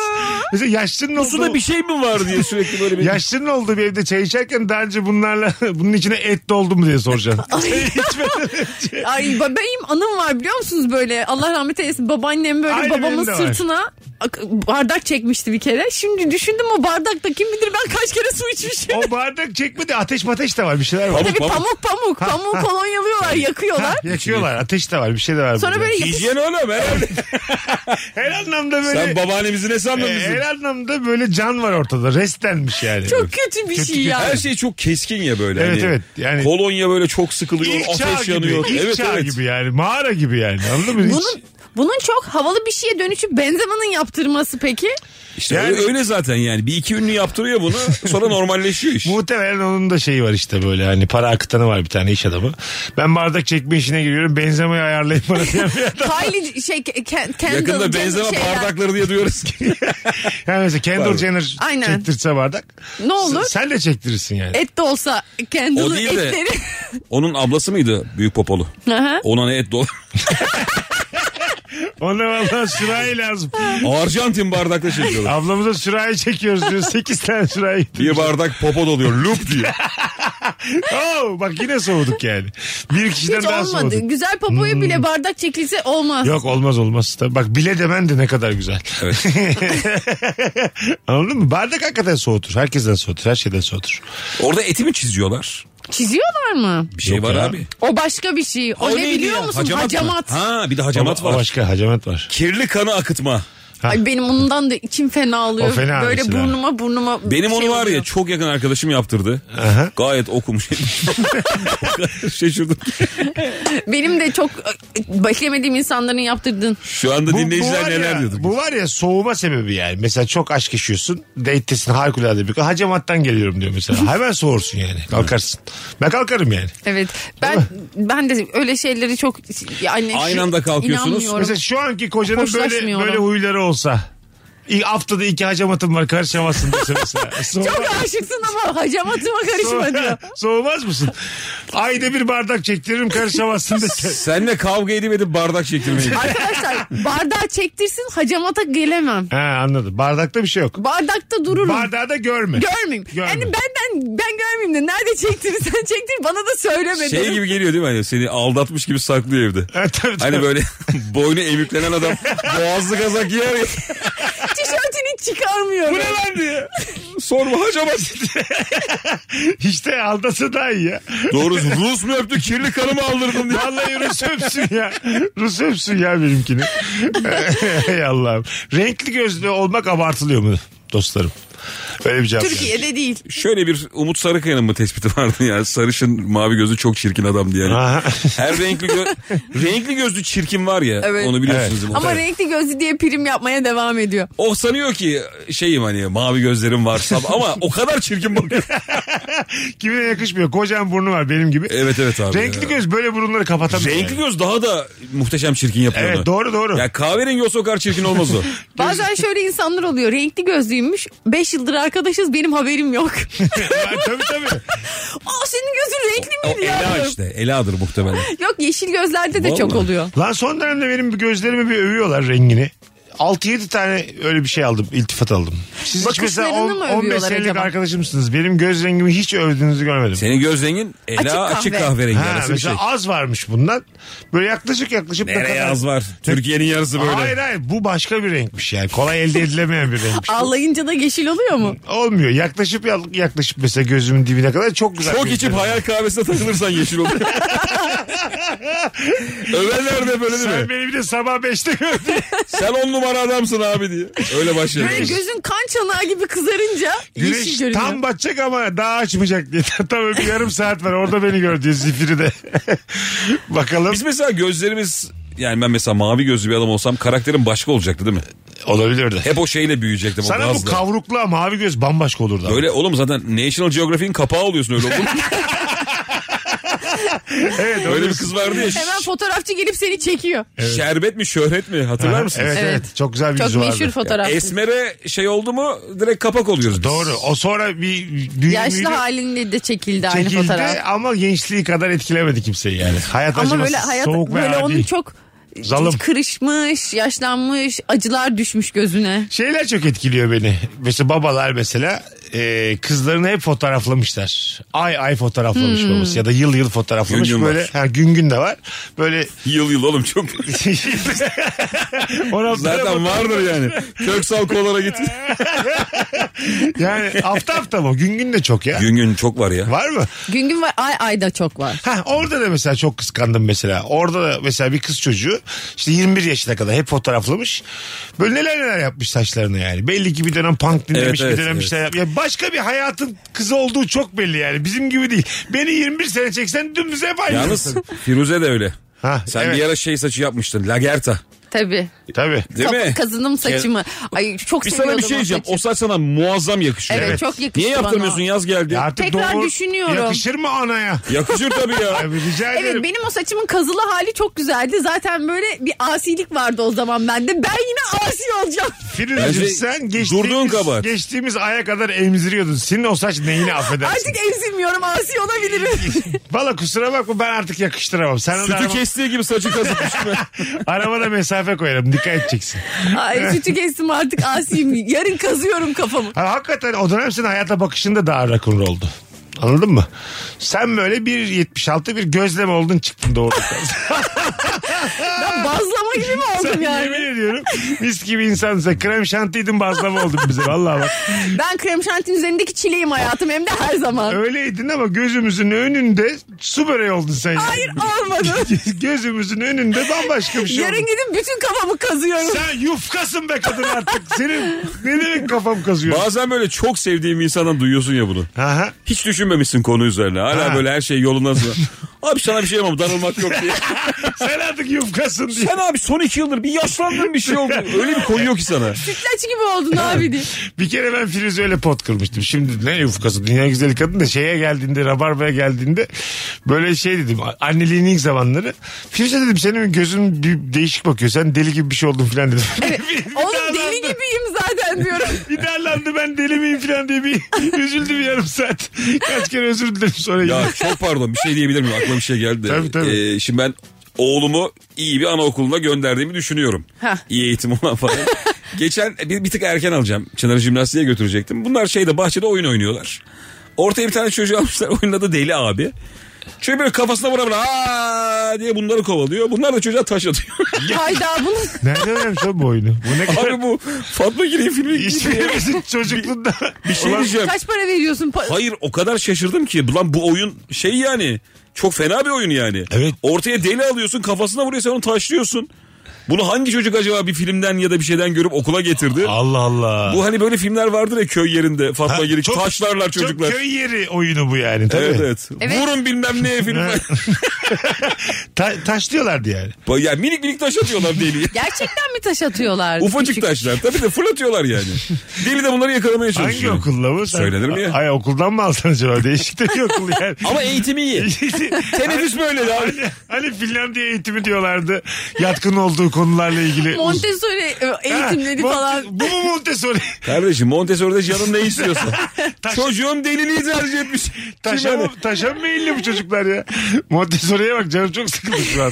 S2: Mesela yaşlının
S4: "Bu suda
S2: olduğu,
S4: bir şey mi var diye sürekli
S3: şey.
S4: böyle bir...
S2: yaşlının olduğu bir evde çay içerken daha önce bunlarla bunun içine et doldu mu diye soracaksın. Çay içmeden önce.
S3: Ay ba- benim anım var biliyor musunuz böyle Allah rahmet eylesin babaannem böyle
S2: Aynı benim
S3: babamın
S2: de var.
S3: sırtına ak- bardak çekmişti bir kere. Şimdi düşündüm o bardakta kim bilir ben kaç kere su içmişim.
S2: o bardak çekmedi ateş mateş de var bir şeyler var.
S4: Pamuk,
S3: Tabii
S4: pamuk.
S3: pamuk pamuk pamuk kolonyalıyorlar yakıyorlar.
S2: Yakıyorlar ateş de var bir şey de var.
S3: şey Sonra
S2: burada.
S3: böyle yapış-
S4: Hijyen öyle mi? Herhalde.
S2: Her anlamda böyle.
S4: Sen babaannemizi ne sandın
S2: e,
S4: bizim?
S2: her anlamda böyle can var ortada. Restlenmiş yani.
S3: çok kötü bir
S2: Kötü,
S3: şey
S2: kötü.
S3: ya.
S4: Her şey çok keskin ya böyle. hani
S2: Evet, evet. Yani-
S4: Kolonya böyle çok sıkılıyor.
S2: İlk çağ
S4: ateş
S2: gibi.
S4: yanıyor.
S2: ilk
S4: evet
S2: çağ
S4: evet.
S2: gibi yani. Mağara gibi yani. Anladın mı? Hiç-
S3: Bunun bunun çok havalı bir şeye dönüşüp Benzema'nın yaptırması peki?
S4: İşte
S2: Yani-
S4: öyle, öyle zaten yani. Bir iki ünlü yaptırıyor bunu. Sonra normalleşiyor iş.
S2: Muhtemelen onun da şeyi var işte böyle hani para akıtanı var bir tane iş adamı. Ben bardak çekme işine giriyorum benzemeyi ayarlayın bana diyen bir adam.
S3: Kylie şey Ke- Ke- Kendall
S4: Yakında
S3: Jenner
S4: benzeme
S3: şeyler.
S4: bardakları diye duyuyoruz.
S2: Yani mesela Kendall
S4: Var mı?
S2: Jenner
S3: Aynen.
S2: çektirse bardak.
S3: Ne olur?
S2: s- Sen de çektirirsin yani.
S3: Et de olsa
S4: O
S3: Kendall'ın
S4: değil de-
S3: etleri.
S4: Onun ablası mıydı Büyük Popolu?
S3: Aha.
S4: Ona ne et dolu.
S2: Ona valla sürahi lazım.
S4: Arjantin bardakla çekiyorlar.
S2: Ablamıza sürahi çekiyoruz diyor. 8 tane sürahi.
S4: Bir bardak popo doluyor. Lup diyor.
S2: Oo, bak yine soğuduk yani. Bir kişiden
S3: Hiç
S2: daha
S3: olmadı.
S2: soğuduk.
S3: Güzel popoya
S4: Hmm.
S3: bile bardak çekilse olmaz.
S2: Yok olmaz olmaz. Tabii bak bile demen de ne kadar güzel.
S4: Evet.
S2: Anladın mı? Bardak hakikaten soğutur. Herkesten soğutur. Her şeyden soğutur.
S4: Orada eti mi çiziyorlar?
S3: Çiziyorlar mı?
S4: Bir şey
S2: Yok
S4: var
S2: ya.
S4: abi.
S3: O başka bir şey. O, ne
S4: neydi
S3: biliyor
S4: ya?
S3: musun?
S4: Hacamat. mı?
S3: Hacamat.
S4: Ha bir de hacamat
S2: O- o
S4: var.
S2: Başka hacamat var.
S4: Kirli kanı akıtma.
S3: Ay benim ondan da içim fena alıyor.
S2: O fena
S3: Böyle
S2: mesela.
S3: burnuma burnuma
S4: Benim
S3: şey
S4: onu var ya
S3: oluyor.
S4: çok yakın arkadaşım yaptırdı.
S2: Aha.
S4: Gayet okumuş. O kadar Şaşırdım. ki.
S3: Benim de çok e, beklemediğim insanların yaptırdığın.
S4: Şu anda dinleyiciler
S2: var
S4: neler
S2: ya,
S4: diyorduk.
S2: Bu var ya soğuma sebebi yani. Mesela çok aşk yaşıyorsun. Date'tesin harikulade bir. Hacamattan geliyorum diyor mesela. Hemen soğursun yani. Kalkarsın. Ben kalkarım yani.
S3: Evet. Ben ben de öyle şeyleri çok yani
S4: Aynı
S3: şu-
S4: anda kalkıyorsunuz.
S3: inanmıyorum.
S2: Mesela şu anki kocanın böyle
S3: Hoşlaşmıyorum.
S2: böyle huyları olsa. İ- Haftada iki hacamatım var karışamazsın dese mesela. Soğuma-
S3: Çok aşıksın ama hacamatına karışma diyor.
S2: Soğumaz mısın? Ayda bir bardak çektiririm karışamazsın dese.
S4: Senle kavga edip edip bardak çektirmeyi.
S3: Arkadaşlar bardağı çektirsin hacamata gelemem.
S2: He anladım. Bardakta bir şey yok.
S3: Bardakta dururum.
S2: Bardağı da görme.
S3: Görmeyeyim.
S2: Görme.
S3: Yani benden ben görmeyeyim de nerede çektirirsen çektir bana da söyleme.
S4: Şey
S3: derim.
S4: gibi geliyor değil mi? Hani seni aldatmış gibi saklıyor evde.
S2: Evet, tabii, tabii.
S4: Hani böyle boynu eğüklenen adam boğazlı kazak giyer ya.
S3: Tişörtünü çıkarmıyor.
S2: lan diye.
S4: Sorma hacama.
S2: İşte aldası daha iyi ya.
S4: Doğrusu Rus mu öptü kirli kanımı aldırdım diye.
S2: Vallahi Rus öpsün ya. Rus öpsün ya benimkini. Ey Allah'ım. Renkli gözlü olmak abartılıyor mu dostlarım? Öyle bir cevap. yani.
S4: Şey-
S3: Türkiye'de değil.
S4: Şöyle bir Umut Sarıkaya'nın mı tespiti vardı ya. Sarışın mavi gözü çok çirkin adam diye. Hani
S2: Aha.
S4: Her renkli gö- renkli gözlü çirkin var ya.
S3: Evet.
S4: Onu biliyorsunuz. değil mi?
S3: Ama renkli gözlü diye prim yapmaya devam ediyor.
S4: O sanıyor ki şeyim hani mavi gözlerim var sab- ama o kadar çirkin bakıyor.
S2: Kimine yakışmıyor. Kocaman burnu var benim gibi.
S4: Evet, evet abi
S2: Renkli
S4: ya.
S2: göz böyle burunları kapatamıyor.
S4: Renkli
S2: yani.
S4: göz daha da muhteşem çirkin yapıyor
S2: Evet
S4: onu.
S2: doğru doğru.
S4: Ya kahverengi olsa o kadar çirkin olmaz o.
S3: Bazen şöyle insanlar oluyor. Renkli gözlüymüş. 5 yıldır arkadaşız benim haberim yok.
S2: tabii tabii.
S3: Aa senin gözün renkli
S4: o
S3: miydi ya?
S4: Ela
S3: diyorum.
S4: işte. Ela'dır muhtemelen.
S3: Yok yeşil gözlerde de
S4: Vallahi.
S3: çok oluyor.
S2: Lan son dönemde benim bir gözlerimi bir övüyorlar rengini. 6-7 tane öyle bir şey aldım, iltifat aldım. Siz hiç mesela
S3: Bakışlarını
S2: on-
S3: mı
S2: 15
S3: övüyorlar
S2: senelik
S3: acaba?
S2: arkadaşımsınız. Benim göz rengimi hiç övdüğünüzü görmedim.
S4: Senin göz rengin Ela açık,
S3: Açık kahve.
S4: kahverengi
S2: Ha,
S4: arası
S2: mesela
S4: bir şey.
S2: az varmış bundan. Böyle yaklaşık yaklaşık ne
S4: Nereye az var? Türkiye'nin yarısı böyle.
S2: Hayır hayır bu başka bir renkmiş yani. Kolay elde edilemeyen bir renkmiş.
S3: Ağlayınca da yeşil oluyor mu?
S2: Olmuyor. Yaklaşıp yaklaşıp mesela gözümün dibine kadar çok güzel.
S4: Çok
S2: gözler.
S4: içip hayal kahvesine takılırsan yeşil olur. Överler de böyle değil
S2: Sen
S4: mi?
S2: beni bir de sabah 5'te gördün.
S4: Sen on numara adamsın abi diye. Öyle başlıyor.
S3: Böyle gözün kan çanağı gibi kızarınca yeşil
S2: Güneş
S3: görünüyor.
S2: tam batacak ama daha açmayacak diye. Tam bir yarım saat var. Orada beni gör diyor zifiri de. Bakalım.
S4: Biz mesela gözlerimiz yani ben mesela mavi gözlü bir adam olsam karakterim başka olacaktı değil mi?
S2: Olabilirdi.
S4: Hep o şeyle büyüyecektim o
S2: Sana bu
S4: gazla.
S2: kavrukla mavi göz bambaşka olurdu. ama.
S4: Öyle oğlum zaten National Geographic'in kapağı oluyorsun öyle olur.
S2: evet,
S4: Öyle bir
S2: olursun.
S4: kız vardı ya.
S3: Hemen fotoğrafçı gelip seni çekiyor.
S4: Şerbet mi şöhret mi hatırlar
S2: Ha,
S4: mısınız?
S2: Evet, evet
S3: Evet.
S2: Çok güzel bir
S3: Çok
S2: yüzü vardı.
S3: meşhur fotoğraf.
S4: Esmer'e şey oldu mu direkt kapak oluyoruz biz.
S2: Doğru. O sonra bir düğün
S3: Yaşlı
S2: müydü?
S3: halinde de çekildi, aynı
S2: çekildi
S3: fotoğraf.
S2: ama gençliği kadar etkilemedi kimseyi yani. Hayat
S3: Ama
S2: acıması
S3: böyle hayat
S2: soğuk ve
S3: böyle
S2: adi.
S3: onun çok
S2: Zalım.
S3: kırışmış, yaşlanmış, acılar düşmüş gözüne.
S2: Şeyler çok etkiliyor beni. Mesela babalar mesela e, kızlarını hep fotoğraflamışlar. Ay ay fotoğraflamış babası ya da yıl yıl fotoğraflamış.
S4: Gün gün
S2: böyle
S4: var.
S2: ha, gün gün de var. Böyle
S4: Yıl yıl oğlum çok.
S2: 16 tane
S4: Zaten
S2: fotoğraf-
S4: vardır yani. Köksal kolara git.
S2: Yani hafta hafta mı? Gün gün de çok ya.
S4: Gün gün çok var ya.
S2: Var mı?
S3: Gün gün var, ay ay da çok var.
S2: Ha orada da mesela çok kıskandım mesela. Orada da mesela bir kız çocuğu işte 21 yaşına kadar hep fotoğraflamış. Böyle neler neler yapmış saçlarını yani. Belli ki bir dönem punk dinlemiş
S4: Evet, evet,
S2: bir dönem bir şeyler yapmış. Ya başka bir hayatın kızı olduğu çok belli yani. Bizim gibi değil. Beni 21 sene çeksen dümdüz hep aynı.
S4: Yalnız Firuze de öyle.
S2: Ha,
S4: Sen
S2: evet.
S4: bir ara şey saçı yapmıştın. Lagerta.
S3: Tabii.
S2: Tabii.
S4: Değil mi?
S3: Kap- Kazınım saçımı. Ay çok
S4: Bir
S3: seviyordum
S4: sana bir şey
S3: o
S4: diyeceğim.
S3: saçı.
S4: O saç sana muazzam yakışıyor.
S3: Evet, çok yakıştı
S4: Niye yaptırmıyorsun
S3: bana.
S4: yaz geldi.
S2: Ya artık
S3: Tekrar
S2: doğru-
S3: düşünüyorum.
S2: Yakışır mı anaya?
S4: Yakışır tabii ya.
S2: Abi rica ederim.
S3: Evet benim o saçımın kazılı hali çok güzeldi. Zaten böyle bir asilik vardı o zaman bende. Ben yine asi olacağım.
S2: Firuzeciğim,
S4: Bence
S2: sen geçtiğimiz,
S4: durduğun kabahat.
S2: geçtiğimiz aya kadar emziriyordun. Senin o saç neyini affedersin?
S3: Artık emzirmiyorum asi olabilirim.
S2: Valla kusura bakma ben artık yakıştıramam. Sen onu
S4: Sütü
S2: arama-
S4: kestiği gibi saçı kazıtmış.
S2: Arabada mesafe koyarım dikkat edeceksin.
S3: Ay sütü kestim artık asiyim. Yarın kazıyorum kafamı.
S2: Ha, hakikaten o dönem senin hayata bakışında daha rock'n'roll oldu. Anladın mı? Sen böyle 1.76 bir gözlem oldun çıktın doğru.
S3: Ben bazlama
S6: bazlama gibi mi oldum
S2: Sana
S6: yani?
S2: yemin ediyorum mis gibi insansa krem şantiydin bazlama olduk bize vallahi bak.
S3: Ben krem şantinin üzerindeki çileyim hayatım hem de her zaman.
S2: Öyleydin ama gözümüzün önünde su böreği oldun sen. yani.
S6: Hayır olmadı.
S2: gözümüzün önünde bambaşka bir şey
S6: Yarın
S2: oldun.
S6: gidip bütün kafamı kazıyorum.
S2: Sen yufkasın be kadın artık. Senin ne demek kafam kazıyor.
S4: Bazen böyle çok sevdiğim insandan duyuyorsun ya bunu.
S2: Aha.
S4: Hiç düşünmemişsin konu üzerine. Hala
S2: Ha.
S4: böyle her şey yolunda. abi sana bir şey yapamam darılmak yok diye.
S2: Sen artık yufkasın diye.
S4: Sen abi son iki yıldır bir yaşlandın bir şey oldu. Öyle bir konu yok ki sana.
S3: Sütlaç gibi oldun abi diye.
S2: Bir kere ben Firuze öyle pot kırmıştım. Şimdi ne yufkası dünya güzeli kadın da şeye geldiğinde Rabarba'ya geldiğinde böyle şey dedim anneliğin ilk zamanları. Firuze dedim senin gözün bir değişik bakıyor sen deli gibi bir şey oldun filan dedim. Bir- bir
S3: Oğlum
S2: darlandı.
S3: deli gibiyim zaten diyorum.
S2: Bir darlandı ben deli miyim filan diye bir üzüldü bir yarım saat. Kaç kere özür diledim sonra. yine.
S4: Ya çok pardon bir şey diyebilir miyim? Aklıma bir şey geldi. de.
S2: Tabii, tabii.
S4: Ee, şimdi ben oğlumu iyi bir anaokuluna gönderdiğimi düşünüyorum.
S3: Hah.
S4: İyi eğitim olan falan. Geçen bir, bir tık erken alacağım. Çınar'ı jimnastiğe götürecektim. Bunlar şeyde bahçede oyun oynuyorlar. Ortaya bir tane çocuğu almışlar. Oyunun adı Deli abi. Şöyle böyle kafasına vura vura "Aa!" diye bunları kovalıyor. Bunlar da çocuğa taş atıyor.
S3: Hayda bunu
S2: Nereden vermiş oğlum bu oyunu? Bu ne kadar
S4: abi bu Fatma Gireyim filmi gibi ya.
S2: İstememizin çocukluğunda.
S4: Bir şey
S2: Ulan
S4: diyeceğim.
S3: kaç para veriyorsun? Pa-
S4: Hayır o kadar şaşırdım ki. Lan bu oyun şey yani. Çok fena bir oyun yani.
S2: Evet.
S4: Ortaya deli alıyorsun kafasına vuruyor sen onu taşlıyorsun. Bunu hangi çocuk acaba bir filmden ya da bir şeyden görüp okula getirdi?
S2: Allah Allah.
S4: Bu hani böyle filmler vardır ya köy yerinde Fatma
S2: Ha,
S4: Girik
S2: çok-
S4: taşlarlar çocuklar.
S2: Çok köy yeri oyunu bu yani. Tabii.
S4: Evet evet.
S3: Evet.
S4: Vurun bilmem neye filmler.
S2: Ta- taşlıyorlardı yani.
S4: ya minik minik taş atıyorlar deliye.
S3: Gerçekten mi taş atıyorlar?
S4: Ufacık
S3: Küçük-
S4: taşlar. Tabii de fırlatıyorlar yani. Deli de bunları yakalamaya
S2: Hangi
S4: çalışıyor.
S2: okulla bu? Sen-
S4: Söylenir mi ya?
S2: Ay okuldan mı alsan acaba? Değişik de bir okul yani.
S4: Ama eğitimi iyi. Teneffüs böyle de abi.
S2: hani, hani Finlandiya eğitimi diyorlardı. Yatkın olduğu konularla ilgili.
S3: Montessori e,
S2: Ha,
S3: eğitimleri
S2: Monte-
S3: falan.
S2: Bu mu Montessori?
S4: Kardeşim Montessori'de canım ne istiyorsa.
S2: Taş-
S4: Çocuğum deliliği tercih etmiş.
S2: Taşa
S4: Kim
S2: mı,
S4: yani?
S2: taşa mı meyilli bu çocuklar ya? Montessori'ye bak canım çok sıkıldı şu an.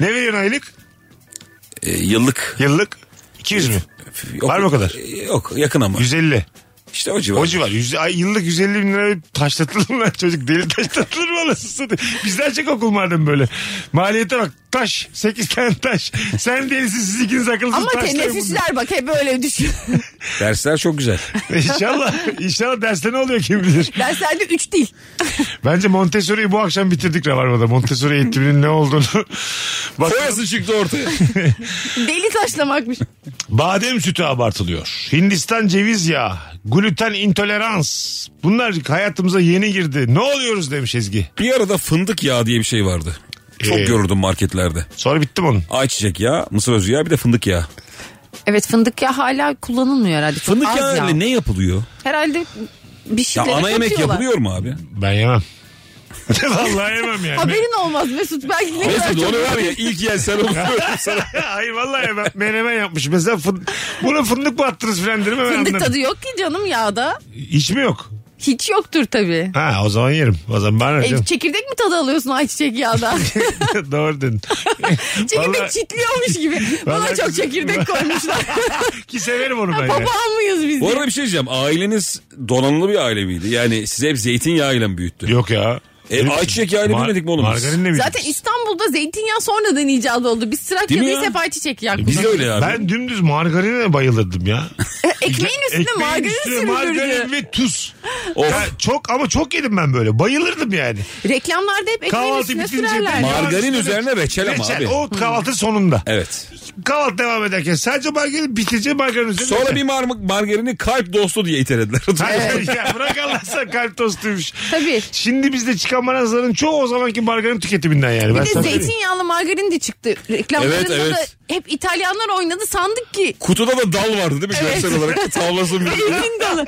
S2: ne veriyorsun aylık?
S4: E, yıllık.
S2: Yıllık? 200 mü?
S4: Yok,
S2: Var mı o kadar?
S4: e, Yok yakın ama.
S2: 150.
S4: İşte o civar.
S2: O civar. Yüz, ay, yıllık 150 bin lira taşlatılır mı lan çocuk? Deli taşlatılır mı anasını Bizden çok okul madem böyle. Maliyete bak. Taş. 8 tane taş. Sen delisin siz ikiniz akılsız
S3: Ama
S2: taşlar
S3: teneffüsler bak hep öyle düşün.
S4: Dersler çok güzel.
S2: bunlar. İnşallah. İnşallah derste ne oluyor kim bilir.
S3: Derslerde 3 değil.
S2: Bence Montessori'yi bu akşam bitirdik Rabarba'da. Montessori eğitiminin ne olduğunu. Bak,
S4: Koyası çıktı ortaya.
S3: Deli taşlamakmış.
S2: badem sütü abartılıyor. Hindistan ceviz yağı. Gluten intolerans. Bunlar hayatımıza yeni girdi. Ne oluyoruz demiş Ezgi.
S4: bir arada fındık yağı diye bir şey vardı. Çok
S2: Ee.
S4: görürdüm marketlerde.
S2: Sonra bittim onun.
S4: Ayçiçek yağı, mısır özü yağı bir de fındık yağı.
S3: Evet fındık ya hala kullanılmıyor herhalde. Çok
S4: Fındık
S3: az
S4: yağı
S3: ya.
S4: ile ne yapılıyor?
S3: Herhalde bir
S4: Ya
S3: şeylere
S4: ana yemek
S3: katıyorlar.
S4: yapılıyor mu abi?
S2: Ben yemem. Vallahi yemem yani.
S3: Haberin olmaz Mesut belki ne kadar
S4: Mesut
S3: çok-
S4: onu var ya ilk yer sen onu sana.
S2: Hayır vallahi ben menemen yapmış. Mesela fın, buna fındık mı attınız filan dedim hemen
S3: Fındık
S2: anladım.
S3: tadı yok ki canım yağda.
S2: Hiç mi yok?
S3: Hiç yoktur tabii.
S2: Ha o zaman yerim. O zaman bana
S3: E,
S2: ne
S3: çekirdek mi tadı alıyorsun ayçiçek yağda?
S2: canım? Doğru dedin.
S3: çekirdek
S2: Vallahi-
S3: çitliyormuş gibi. Buna
S2: Vallahi
S3: çok
S2: kızım-
S3: çekirdek koymuşlar.
S2: Ki severim onu ben. ya.
S3: Papağan mıyız biz?
S4: Bu arada bir şey diyeceğim. Aileniz donanımlı bir aile miydi? Yani size hep zeytinyağıyla mı büyüttü?
S2: Yok ya. şey.
S4: E, ayçiçek yağıyla büyümedik mi oğlum biz?
S2: Margarinle mi?
S3: Zaten İstanbul'da zeytinyağı sonradan icat oldu. Biz
S4: Değil mi
S3: Trakya'dayız
S4: ya? E,
S3: hep ayçiçek yağı
S4: Biz de
S3: kullanıyoruz.
S4: öyle abi.
S2: Ben dümdüz margarine bayılırdım ya.
S3: E, Ekmeğin üstüne
S2: Ekmeğin
S3: margarin
S2: üstüne
S3: sürülürdü.
S2: Margarin ve tuz.
S4: Of.
S2: Ya çok ama çok yedim ben böyle. Bayılırdım yani.
S3: Reklamlarda
S2: E,
S3: hep ekmeğin
S2: Kahvaltı
S3: üstüne
S2: bitince
S3: sürerler.
S2: bir-
S4: Margarin üzerine reçel ama
S2: Reçel,
S4: abi.
S2: O kahvaltı sonunda.
S4: Evet.
S2: Kahvaltı devam ederken sadece margarin bitince margarin üzerine.
S4: Sonra bir marmık margarini kalp dostu diye itelediler.
S2: Hayır ya bırak Allah'sa kalp tostuymuş.
S3: Tabii.
S2: Şimdi bizde çıkan manazların çoğu o zamanki margarin tüketiminden yani. Ben
S3: Bir de
S2: sana söyleyeyim.
S3: zeytinyağlı margarin de çıktı. Reklamlarında
S4: Evet, evet.
S3: da hep İtalyanlar oynadı sandık ki.
S4: Kutuda da dal vardı değil mi görsel olarak? Tavlasın bir
S3: Zeytin dalı.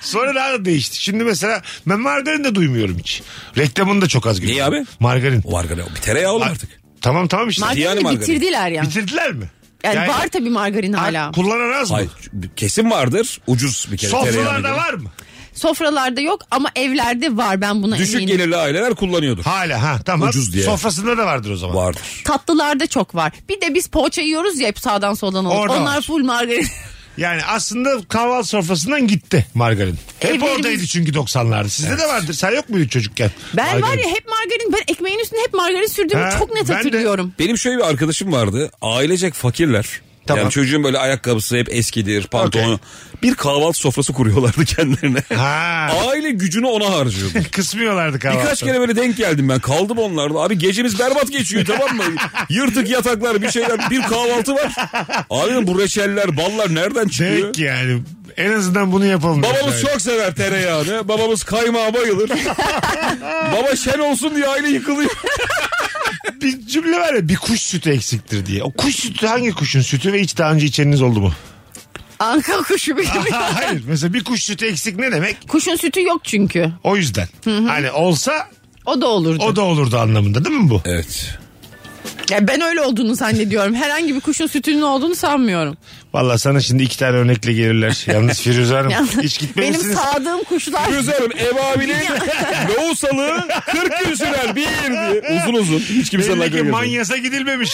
S2: Sonra daha da değişti. Şimdi mesela ben margarin de duymuyorum hiç. Reklamını da çok az görüyorum.
S4: Neyi abi?
S2: Margarin.
S4: O margarin bir tereyağı oğlum artık.
S2: Tamam tamam işte.
S4: Margarin-
S3: Margarini
S4: margarin.
S3: bitirdiler yani.
S2: Bitirdiler mi?
S3: Yani, var tabii margarin hala.
S2: Kullanan az mı?
S4: Hayır kesin vardır. Ucuz bir kere tereyağı.
S2: Sofralarda var mı?
S3: Sofralarda yok ama evlerde var ben buna
S4: Düşük
S3: eminim.
S4: gelirli aileler kullanıyordur.
S2: Hala ha tamam.
S4: Ucuz diye.
S2: Sofrasında da vardır o zaman.
S4: Vardır.
S3: Tatlılarda çok var. Bir de biz poğaça yiyoruz ya hep sağdan soldan olur.
S2: Orada
S3: Onlar
S2: var.
S3: full margarin.
S2: Yani aslında kahvaltı sofrasından gitti margarin. Hep
S3: Evlerimiz-
S2: oradaydı çünkü 90'larda. Sizde de vardır. Sen yok muydu çocukken?
S3: Ben var
S2: Margarin.
S3: ya hep margarin ben ekmeğin üstüne hep margarin sürdüğümü
S2: Ha,
S3: çok net
S2: ben de.
S3: hatırlıyorum.
S4: Benim şöyle bir arkadaşım vardı. Ailecek fakirler.
S2: Tamam.
S4: Yani çocuğun böyle ayakkabısı hep eskidir, pantolonu. Bir kahvaltı sofrası kuruyorlardı kendilerine.
S2: Ha.
S4: Aile gücünü ona harcıyordu.
S2: Kısmıyorlardı kahvaltı.
S4: Birkaç kere böyle denk geldim ben. Kaldım onlarda. Abi gecemiz berbat geçiyor tamam mı? Yırtık yataklar bir şeyler. Bir kahvaltı var. Abi dedim, bu reçeller, ballar nereden çıkıyor?
S2: Demek ki yani en azından bunu yapalım.
S4: Babamız
S2: Yani.
S4: çok sever tereyağını. Babamız kaymağa bayılır. Baba şen olsun diye aile yıkılıyor.
S2: Bir cümle var ya bir kuş sütü eksiktir diye. O kuş sütü hangi kuşun sütü ve hiç daha önce içeniniz oldu mu?
S3: Anka kuşu benim.
S2: Hayır. Mesela bir kuş sütü eksik ne demek?
S3: Kuşun sütü yok çünkü.
S2: O yüzden. Hani olsa
S3: O da olurdu.
S2: o da olurdu anlamında değil mi bu?
S4: Evet.
S3: Ya ben öyle olduğunu zannediyorum. Herhangi bir kuşun sütünün olduğunu sanmıyorum.
S2: Valla sana şimdi iki tane örnekle gelirler. Yalnız Firuze Hanım hiç
S3: Benim
S2: gitmemişsiniz.
S3: sağdığım kuşlar
S4: Güzelim ev abinin lohusalığı 40 gün sürer bir diye. Uzun uzun. Hiç kimsenin
S2: Belli ki
S4: aklına gelmedi.
S2: manyasa gidilmemiş.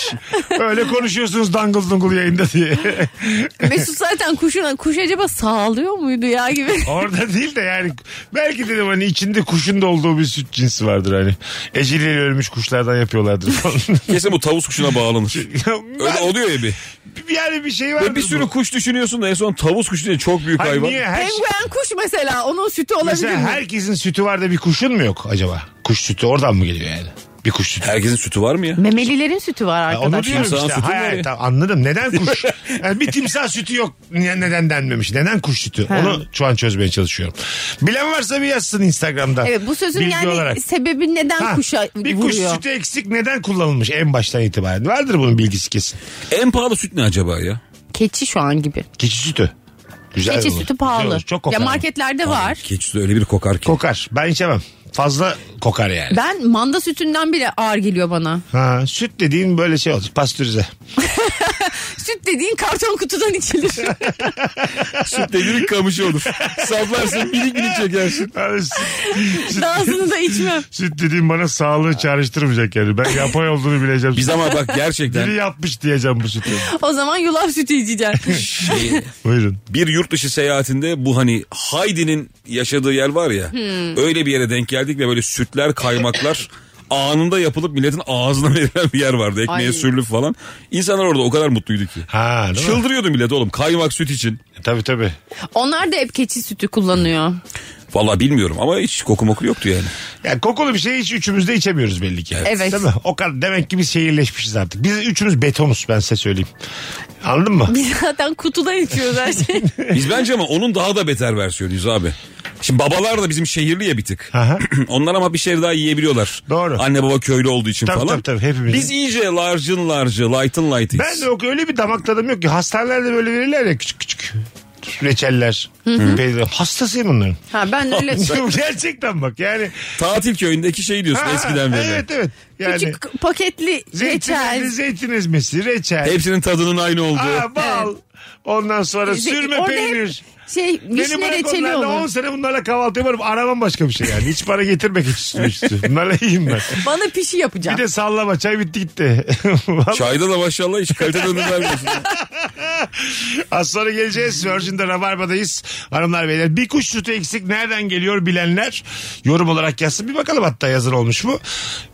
S2: Öyle konuşuyorsunuz dangıl dungul yayında diye.
S3: Mesut zaten kuşun kuş acaba sağlıyor muydu ya gibi.
S2: Orada değil de yani belki dedim hani içinde kuşun da olduğu bir süt cinsi vardır hani. Eceliyle ölmüş kuşlardan yapıyorlardır falan.
S4: Kesin bu tavus kuşuna bağlanır. Öyle oluyor ya bir.
S2: yani bir şey var.
S4: Ve bir sürü kuş düşünüyorsun da en son tavus kuşu diye çok büyük
S2: Hayır,
S4: hayvan.
S2: niye her şey-
S3: Penguen kuş mesela onun sütü olabilir
S2: Mesela
S3: mi?
S2: herkesin sütü var da bir kuşun mu yok acaba? Kuş sütü oradan mı geliyor yani? Bir kuş sütü.
S4: Herkesin sütü var mı ya?
S3: Memelilerin sütü var
S2: Ha, Onu
S3: arkadaşlar.
S2: diyorum işte.
S4: Timsahın sütü
S2: Hayır,
S4: var
S2: hayır,
S4: ya.
S2: tamam, anladım. Neden kuş? Yani bir timsah sütü yok. Ne- Neden denmemiş? Neden kuş sütü?
S3: Ha.
S2: Onu şu an çözmeye çalışıyorum. Bilen varsa bir yazsın Instagram'da.
S3: Evet bu sözün
S2: Bilgi
S3: yani
S2: olarak.
S3: sebebi neden
S2: Ha,
S3: kuşa
S2: bir kuş
S3: vuruyor?
S2: sütü eksik neden kullanılmış en baştan itibaren? Vardır bunun bilgisi kesin.
S4: En pahalı süt ne acaba ya?
S3: Keçi şu an gibi.
S2: Keçi sütü. Güzel
S3: Keçi
S2: olur.
S3: sütü
S2: Güzel
S3: pahalı.
S2: olur. Çok kokar.
S3: ya
S2: ama.
S3: marketlerde var.
S4: Keçi sütü öyle bir kokar ki.
S2: Kokar. Ben içemem. Fazla kokar yani.
S3: Ben manda sütünden bile ağır geliyor bana.
S2: Ha, süt dediğin böyle şey olacak. Pastürize.
S3: Süt dediğin karton kutudan içilir.
S4: süt dediğin kamışı olur. Saplarsın minik minik çekersin.
S2: Abi süt,
S3: Dağısını da içmem.
S2: süt dediğin bana sağlığı çağrıştırmayacak yani. Ben yapay olduğunu bileceğim.
S4: Biz ama bak
S2: Biri
S4: gerçekten
S2: yapmış diyeceğim bu sütü.
S3: O zaman yulaf sütü içeceksin.
S4: şey,
S2: Buyurun.
S4: bir yurt dışı seyahatinde bu hani Haydi'nin yaşadığı yer var ya. Öyle bir yere denk geldik ve böyle sütler kaymaklar anında yapılıp milletin ağzına verilen bir yer vardı. Ekmeğe
S3: Ay.
S4: sürülüp falan. İnsanlar orada o kadar mutluydu ki.
S2: Ha, değil mi?
S4: Çıldırıyordu millet oğlum kaymak süt için.
S2: Tabii tabii.
S3: Onlar da hep keçi sütü kullanıyor.
S4: Vallahi bilmiyorum ama hiç koku moku yoktu yani.
S2: Yani kokulu bir şey hiç üçümüz de içemiyoruz belli ki.
S3: Evet.
S2: Değil mi? O kadar demek ki biz şehirleşmişiz artık. Biz üçümüz betonuz ben size söyleyeyim. Anladın mı?
S3: Biz zaten kutudan içiyoruz her şey. şeyi.
S4: Biz bence ama onun daha da beter versiyonuyuz abi. Şimdi babalar da bizim şehirli ya bir tık.
S2: Aha.
S4: Onlar ama bir şey daha yiyebiliyorlar.
S2: Doğru.
S4: Anne baba köylü olduğu için
S2: Tabii,
S4: falan.
S2: tabii, tabii, hepimizin.
S4: Biz iyice large'ın large'ı, light'ın light'ıyız.
S2: Ben de yok öyle bir damak tadım yok ki. Hastanelerde böyle verirler ya küçük küçük. Reçeller. peynir. Hastasıyım bunların.
S3: Ha ben öyle
S2: Gerçekten bak yani.
S4: Tatil köyündeki şey diyorsun
S2: Ha,
S4: eskiden beri.
S2: Evet evet. Yani
S3: küçük paketli
S2: zeytin,
S3: reçel.
S2: zeytin ezmesi, reçel.
S4: Hepsinin tadının aynı olduğu.
S2: Aa, bal. Ondan sonra
S3: Zey-
S2: sürme
S3: orada hep
S2: peynir.
S3: Şey
S2: Beni
S3: vişne
S2: bırak
S3: reçeli
S2: onlarla 10
S3: olur.
S2: sene bunlarla kahvaltı yaparım. Aramam başka bir şey yani. Hiç para getirmek hiç üstüme üstü. Bunlarla yiyeyim ben.
S3: Bana pişi yapacağım.
S2: Bir de sallama çay bitti gitti. Vallahi
S4: Çayda da maşallah hiç kaliteden ürün vermiyorsun.
S2: Az sonra geleceğiz. Virgin'de Rabarba'dayız. Hanımlar beyler bir kuş sütü eksik nereden geliyor bilenler yorum olarak yazsın. Bir bakalım hatta yazın olmuş mu?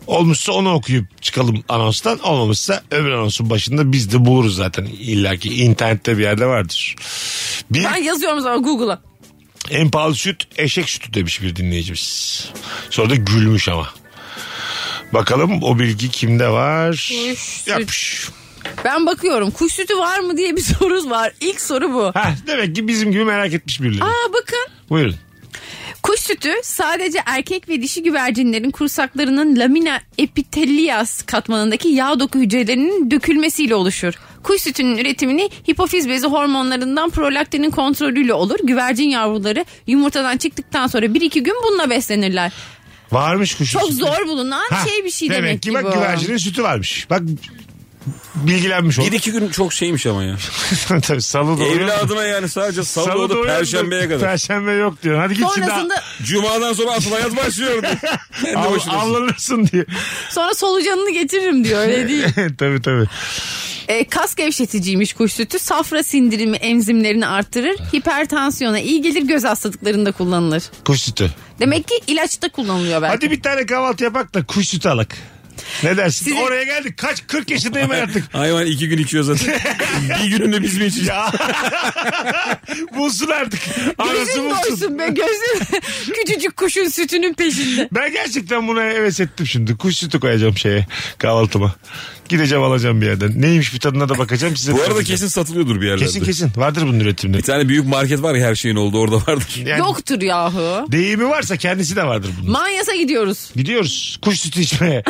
S2: Olmuşsa onu okuyup çıkalım anonstan. Olmamışsa öbür anonsun başında biz de buluruz zaten. İlla ki internette bir yerde vardır. Bir
S3: Ben yazıyorum zaman Google'a.
S2: en pahalı süt eşek sütü demiş bir dinleyicimiz. Sonra da gülmüş ama. Bakalım o bilgi kimde var?
S3: süt.
S2: Yapmış.
S3: Ben bakıyorum kuş sütü var mı diye bir soruz var. İlk soru bu.
S2: Ha, demek ki bizim gibi merak etmiş birileri.
S3: Aa bakın
S2: Buyurun.
S3: kuş sütü sadece erkek ve dişi güvercinlerin kursaklarının lamina epitelias katmanındaki yağ doku hücrelerinin dökülmesiyle oluşur. Kuş sütünün üretimini hipofiz bezi hormonlarından prolaktinin kontrolüyle olur. Güvercin yavruları yumurtadan çıktıktan sonra 1-2 gün bununla beslenirler.
S2: Varmış kuşun
S3: Çok
S2: sütü.
S3: zor bulunan
S2: Ha,
S3: şey bir şey demek,
S2: ki.
S3: ki
S2: Bak
S3: bu.
S2: güvercinin sütü varmış. Bak bilgilenmiş
S4: Bir
S2: olduk.
S4: iki gün çok şeymiş ama ya.
S2: Tabii salı doğru.
S4: Evladına yani sadece salı
S2: Salı
S4: doğdu
S2: doğru
S4: perşembeye
S2: yandı.
S4: kadar.
S2: Perşembe yok diyor. Hadi git şimdi.
S3: Sonrasında
S4: Cumadan sonra asıl hayat başlıyor. Kendi
S2: Av-
S4: başına.
S2: avlanırsın diye.
S3: sonra solucanını getiririm diyor öyle değil.
S2: tabii tabii.
S3: E, kas gevşeticiymiş kuş sütü. Safra sindirimi emzimlerini arttırır. Hipertansiyona iyi gelir göz hastalıklarında kullanılır.
S2: Kuş sütü.
S3: Demek ki ilaçta kullanılıyor belki.
S2: Hadi bir tane kahvaltı yapak da kuş sütü alak. Ne dersin?
S3: Sizin-
S2: Oraya geldik. Kaç 40 yaşındayım ben artık.
S4: Hayvan iki gün içiyor zaten. bir gününde biz mi içeceğiz?
S2: Ya. bulsun artık. Arası
S3: Gözün
S2: bulsun.
S3: doysun be gözün. Küçücük kuşun sütünün peşinde.
S2: Ben gerçekten buna heves ettim şimdi. Kuş sütü koyacağım şeye kahvaltıma. Gideceğim alacağım bir yerden. Neymiş bir tadına da bakacağım size.
S4: Bu arada
S2: tanıtacağım.
S4: kesin satılıyordur bir yerlerde.
S2: kesin kesin. Vardır bunun üretimde.
S4: Bir tane büyük market var ya her şeyin olduğu orada vardır.
S2: Yani
S3: Yoktur yahu.
S2: Deyimi varsa kendisi de vardır bunun.
S3: Manyasa gidiyoruz.
S2: Gidiyoruz kuş sütü içmeye.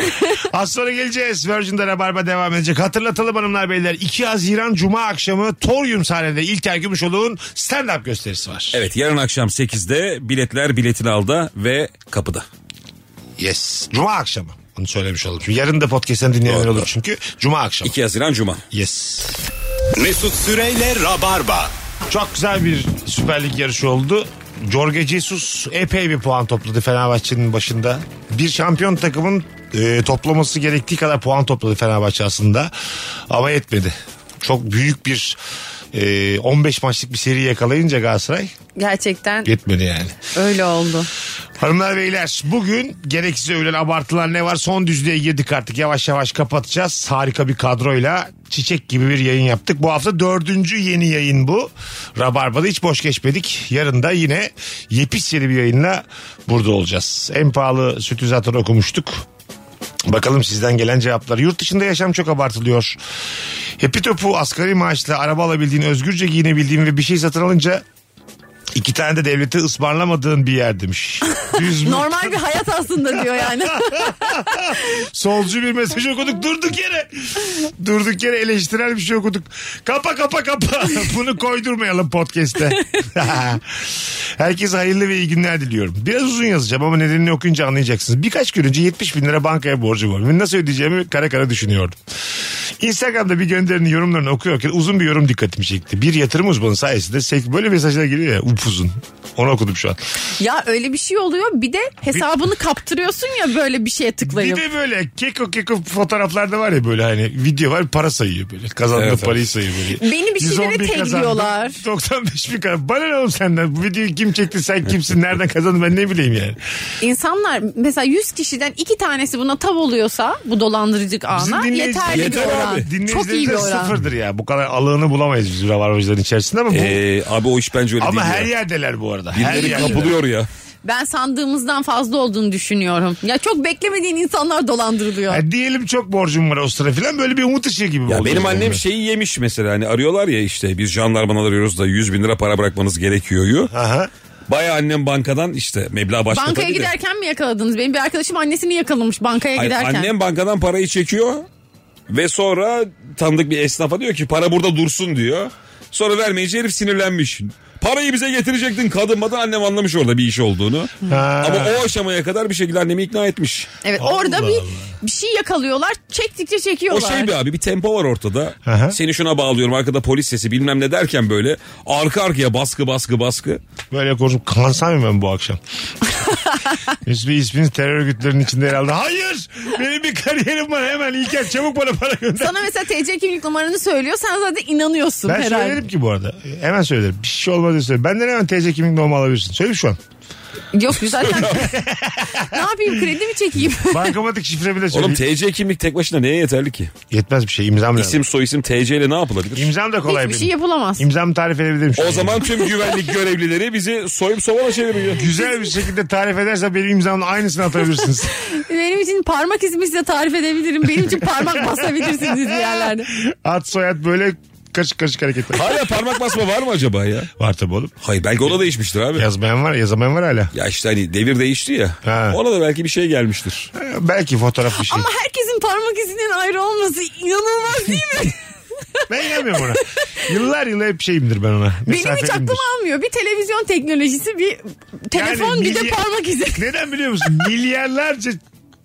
S2: Az sonra geleceğiz. Virgin'de Rabarba devam edecek. Hatırlatalım hanımlar beyler. 2 Haziran Cuma akşamı Torium sahnede İlker Gümüşoğlu'nun stand-up gösterisi var.
S4: Evet yarın akşam 8'de biletler biletini alda ve kapıda.
S2: Yes. Cuma akşamı. Bunu söylemiş oldum. Şimdi Yarın da podcast'ten dinleyenler
S4: Doğru,
S2: olur
S4: doğru.
S2: çünkü. Cuma akşamı.
S4: 2 Haziran Cuma.
S2: Yes.
S1: Mesut Süreyle Rabarba.
S2: Çok güzel bir Süper Lig yarışı oldu. Jorge Jesus epey bir puan topladı Fenerbahçe'nin başında. Bir şampiyon takımın e, toplaması gerektiği kadar puan topladı Fenerbahçe aslında. Ama yetmedi. Çok büyük bir e, 15 maçlık bir seri yakalayınca Galatasaray
S3: Gerçekten
S2: yetmedi yani.
S3: öyle oldu.
S2: Hanımlar beyler bugün gereksiz övülen abartılar ne var son düzlüğe girdik artık yavaş yavaş kapatacağız. Harika bir kadroyla çiçek gibi bir yayın yaptık. Bu hafta dördüncü yeni yayın bu. Rabarba'da hiç boş geçmedik. Yarın da yine yepyeni bir yayınla burada olacağız. En pahalı sütü zaten okumuştuk. Bakalım sizden gelen cevaplar. Yurt dışında yaşam çok abartılıyor. Hepi topu asgari maaşla araba alabildiğin, özgürce giyinebildiğin ve bir şey satın alınca iki tane de devleti ısmarlamadığın bir yer demiş. Düz mü?
S3: Normal bir hayat aslında diyor yani.
S2: Solcu bir mesaj okuduk durduk yere. Durduk yere eleştirel bir şey okuduk. Kapa kapa kapa. Bunu koydurmayalım podcast'te. Herkese hayırlı ve iyi günler diliyorum. Biraz uzun yazacağım ama nedenini okuyunca anlayacaksınız. Birkaç gün önce 70 bin lira bankaya borcu var. Ve nasıl ödeyeceğimi kara kara düşünüyordum. Instagram'da bir gönderinin yorumlarını okuyorken uzun bir yorum dikkatimi çekti. Bir yatırım uzmanı sayesinde sek- böyle mesajlar geliyor ya upuzun. Onu okudum şu an.
S3: ya öyle bir şey oluyor. Bir de hesabını kaptırıyorsun ya böyle bir şeye
S2: Bir
S3: tıklayıp.
S2: de böyle keko keko fotoğraflarda var ya böyle hani video var para sayıyor böyle. Kazandığı
S4: Evet,
S2: parayı sayıyor böyle.
S3: Beni bir şeylere
S2: 111 kazandım,
S3: tagliyorlar.
S2: 95 bin kazandım. Bana ne oğlum senden? Bu videoyu kim çekti sen kimsin? Nereden kazandın ben ne bileyim yani.
S3: İnsanlar mesela 100 kişiden iki tanesi buna tav oluyorsa bu dolandırıcılık ana
S2: dinleyici-
S3: yeterli
S4: Yeter
S3: bir oran.
S4: abi.
S3: Çok iyi bir
S2: Dinleyicilerimiz
S3: oran.
S2: sıfırdır ya. Bu kadar alığını bulamayız biz ravarvacıların içerisinde ama bu...
S4: Ee, abi o iş bence öyle
S2: ama
S4: değil
S2: her
S4: ya.
S2: yerdeler bu arada. Her
S4: Birileri
S2: yerde.
S4: kapılıyor ya.
S3: Ben sandığımızdan fazla olduğunu düşünüyorum. Ya çok beklemediğin insanlar dolandırılıyor.
S2: Ha, diyelim çok borcum var o sıra falan böyle bir umut ışığı gibi
S4: Ya
S2: oluyor
S4: benim
S2: bunlar.
S4: annem şey- şeyi yemiş mesela hani arıyorlar ya işte biz jandarmalar arıyoruz da 100 bin lira para bırakmanız gerekiyor.
S2: Aha.
S4: Baya annem bankadan işte meblağ başka
S3: Bankaya
S4: tabii de.
S3: giderken mi yakaladınız? Benim bir arkadaşım annesini yakalamış bankaya
S4: Hayır,
S3: giderken.
S4: annem bankadan parayı çekiyor ve sonra tanıdık bir esnafa diyor ki para burada dursun diyor. Sonra vermeyince herif sinirlenmiş. Parayı bize getirecektin kadın madın annem anlamış orada bir iş olduğunu.
S2: Ha.
S4: Ama o aşamaya kadar bir şekilde annemi ikna etmiş.
S3: Evet
S2: Allah
S3: orada bir
S2: Allah.
S3: bir şey yakalıyorlar. Çektikçe çekiyorlar.
S4: O şey bir abi bir tempo var ortada.
S2: Aha.
S4: Seni şuna bağlıyorum arkada polis sesi bilmem ne derken böyle arka arkaya baskı baskı baskı.
S2: Böyle konuşup kanser miyim ben bu akşam? Hüsnü isminiz terör örgütlerinin içinde herhalde. Hayır! Benim bir kariyerim var hemen İlker çabuk bana para gönder.
S3: Sana mesela TC kimlik numaranı söylüyor. Sen zaten inanıyorsun
S4: şey
S2: ben
S3: herhalde.
S2: söylerim ki bu arada. Hemen söylerim. Bir şey olmaz diye söylerim. Benden hemen TC kimlik normal alabilirsin. Söyle şu an.
S3: Yok güzel. ne yapayım kredi mi çekeyim?
S2: Bankamatik şifremi de söyleyeyim.
S4: Oğlum TC kimlik tek başına neye yeterli ki?
S2: Yetmez bir şey. İmzam lazım.
S4: İsim soy isim TC ile ne yapılabilir?
S2: İmzam da kolay
S3: Hiçbir
S2: benim.
S3: şey yapılamaz.
S2: İmzamı tarif edebilirim. şu
S4: O
S2: an.
S4: zaman tüm güvenlik görevlileri bizi soyup sovala çeviriyor.
S2: Güzel bir şekilde tarif edersen benim imzamın aynısını atabilirsiniz.
S3: Benim için parmak izimi size tarif edebilirim. Benim için parmak basabilirsiniz bir yerlerde.
S2: At soyad böyle kaşık kaşık hareketler.
S4: Hala parmak basma var mı acaba ya?
S2: Var tabii oğlum.
S4: Hayır belki ona değişmiştir abi. Ya,
S2: Yazmayan var yazamayan var hala.
S4: işte hani devir değişti ya.
S2: Ha.
S4: Ona da belki bir şey gelmiştir.
S2: Ee, Belki fotoğraf bir şey.
S3: Ama herkesin parmak izinden ayrı olması inanılmaz değil mi?
S2: Ben inanmıyorum ona. Yıllar yıl hep şeyimdir ben ona.
S3: Benim hiç
S2: Mesafeliyimdir.
S3: aklım almıyor. Bir televizyon teknolojisi, bir telefon, bir de
S2: milli-
S3: parmak izi.
S2: Neden biliyor musun? Milyarlarca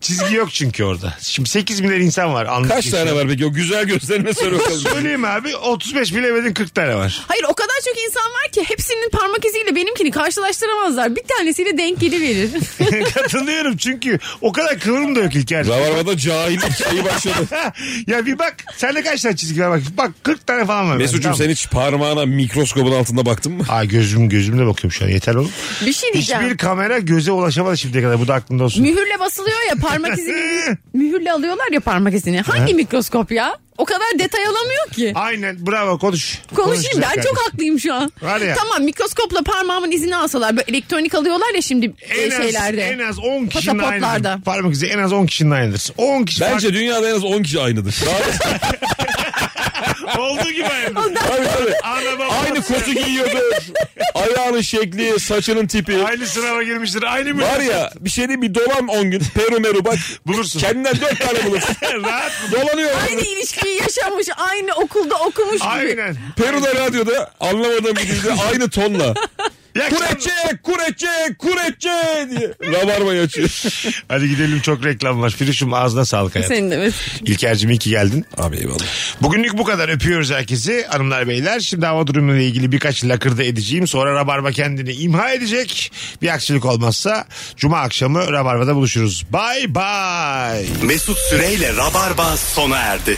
S2: Çizgi yok çünkü orada. Şimdi 8 milyar insan var. anlık
S4: Kaç
S2: yaşayan.
S4: tane var peki o güzel gözlerine sor bakalım.
S2: Söyleyeyim abi 35 bilemedin 40 tane var.
S3: Hayır o kadar çok insan var ki hepsinin parmak iziyle benimkini karşılaştıramazlar. Bir tanesiyle denk geliverir.
S2: Katılıyorum çünkü o kadar kıvrım da yok İlker.
S4: Rabarba'da cahillik şeyi şey başladı.
S2: ya bir bak sende kaç tane çizgi var bak. Bak 40 tane falan var.
S4: Mesut'cum
S2: Tamam.
S4: sen hiç parmağına mikroskobun altında baktın mı?
S2: Aa gözüm gözümle bakıyorum şu an yeter oğlum.
S3: Bir şey diyeceğim.
S2: Hiçbir kamera göze ulaşamadı şimdiye kadar. Bu da aklında olsun.
S3: Mühürle basılıyor ya parmak izini. mühürle alıyorlar ya parmak izini. Hangi mikroskop ya? O kadar detay alamıyor ki.
S2: Aynen bravo konuş.
S3: Konuşayım ben
S2: Konuş.
S3: çok haklıyım şu an.
S2: Var ya.
S3: Tamam mikroskopla parmağımın izini alsalar. Böyle elektronik alıyorlar ya şimdi e,
S2: en az,
S3: şeylerde.
S2: En az 10 kişinin
S3: Pasaportlarda.
S2: aynıdır. Parmak izi en az 10 kişinin aynıdır. 10 kişi
S4: Bence dünyada en az 10 kişi aynıdır. Daha-
S2: fark- olduğu gibi aynıdır.
S4: tabii, tabii.
S2: Ana baba.
S4: Aynı kotu giyiyordur. Ayağının şekli, saçının tipi.
S2: Aynı sınava girmiştir. Aynı mı?
S4: Var ya bir şey değil bir dolan 10 gün. Peru meru bak.
S2: Bulursun.
S4: Kendinden 4 tane bulursun.
S2: Rahat mı?
S4: Dolanıyor.
S3: Aynı ilişkiyi yaşamış, aynı okulda okumuş gibi.
S2: Aynen.
S4: Peru'da radyoda anlamadığım bir dilde aynı tonla.
S2: İyi akşamlar.
S4: Kureçe, kureçe, kureçe diye. Rabarbayı açıyor.
S2: Hadi gidelim çok reklam var. Firuş'um ağzına sağlık hayatım.
S3: Senin de mi?
S2: İlker'cim iyi ki geldin.
S4: Abi eyvallah.
S2: Bugünlük bu kadar. Öpüyoruz herkesi hanımlar beyler. Şimdi hava durumuyla ilgili birkaç lakırda edeceğim. Sonra Rabarba kendini imha edecek. Bir aksilik olmazsa Cuma akşamı Rabarba'da buluşuruz. Bay bay.
S1: Mesut Süreyle Rabarba sona erdi.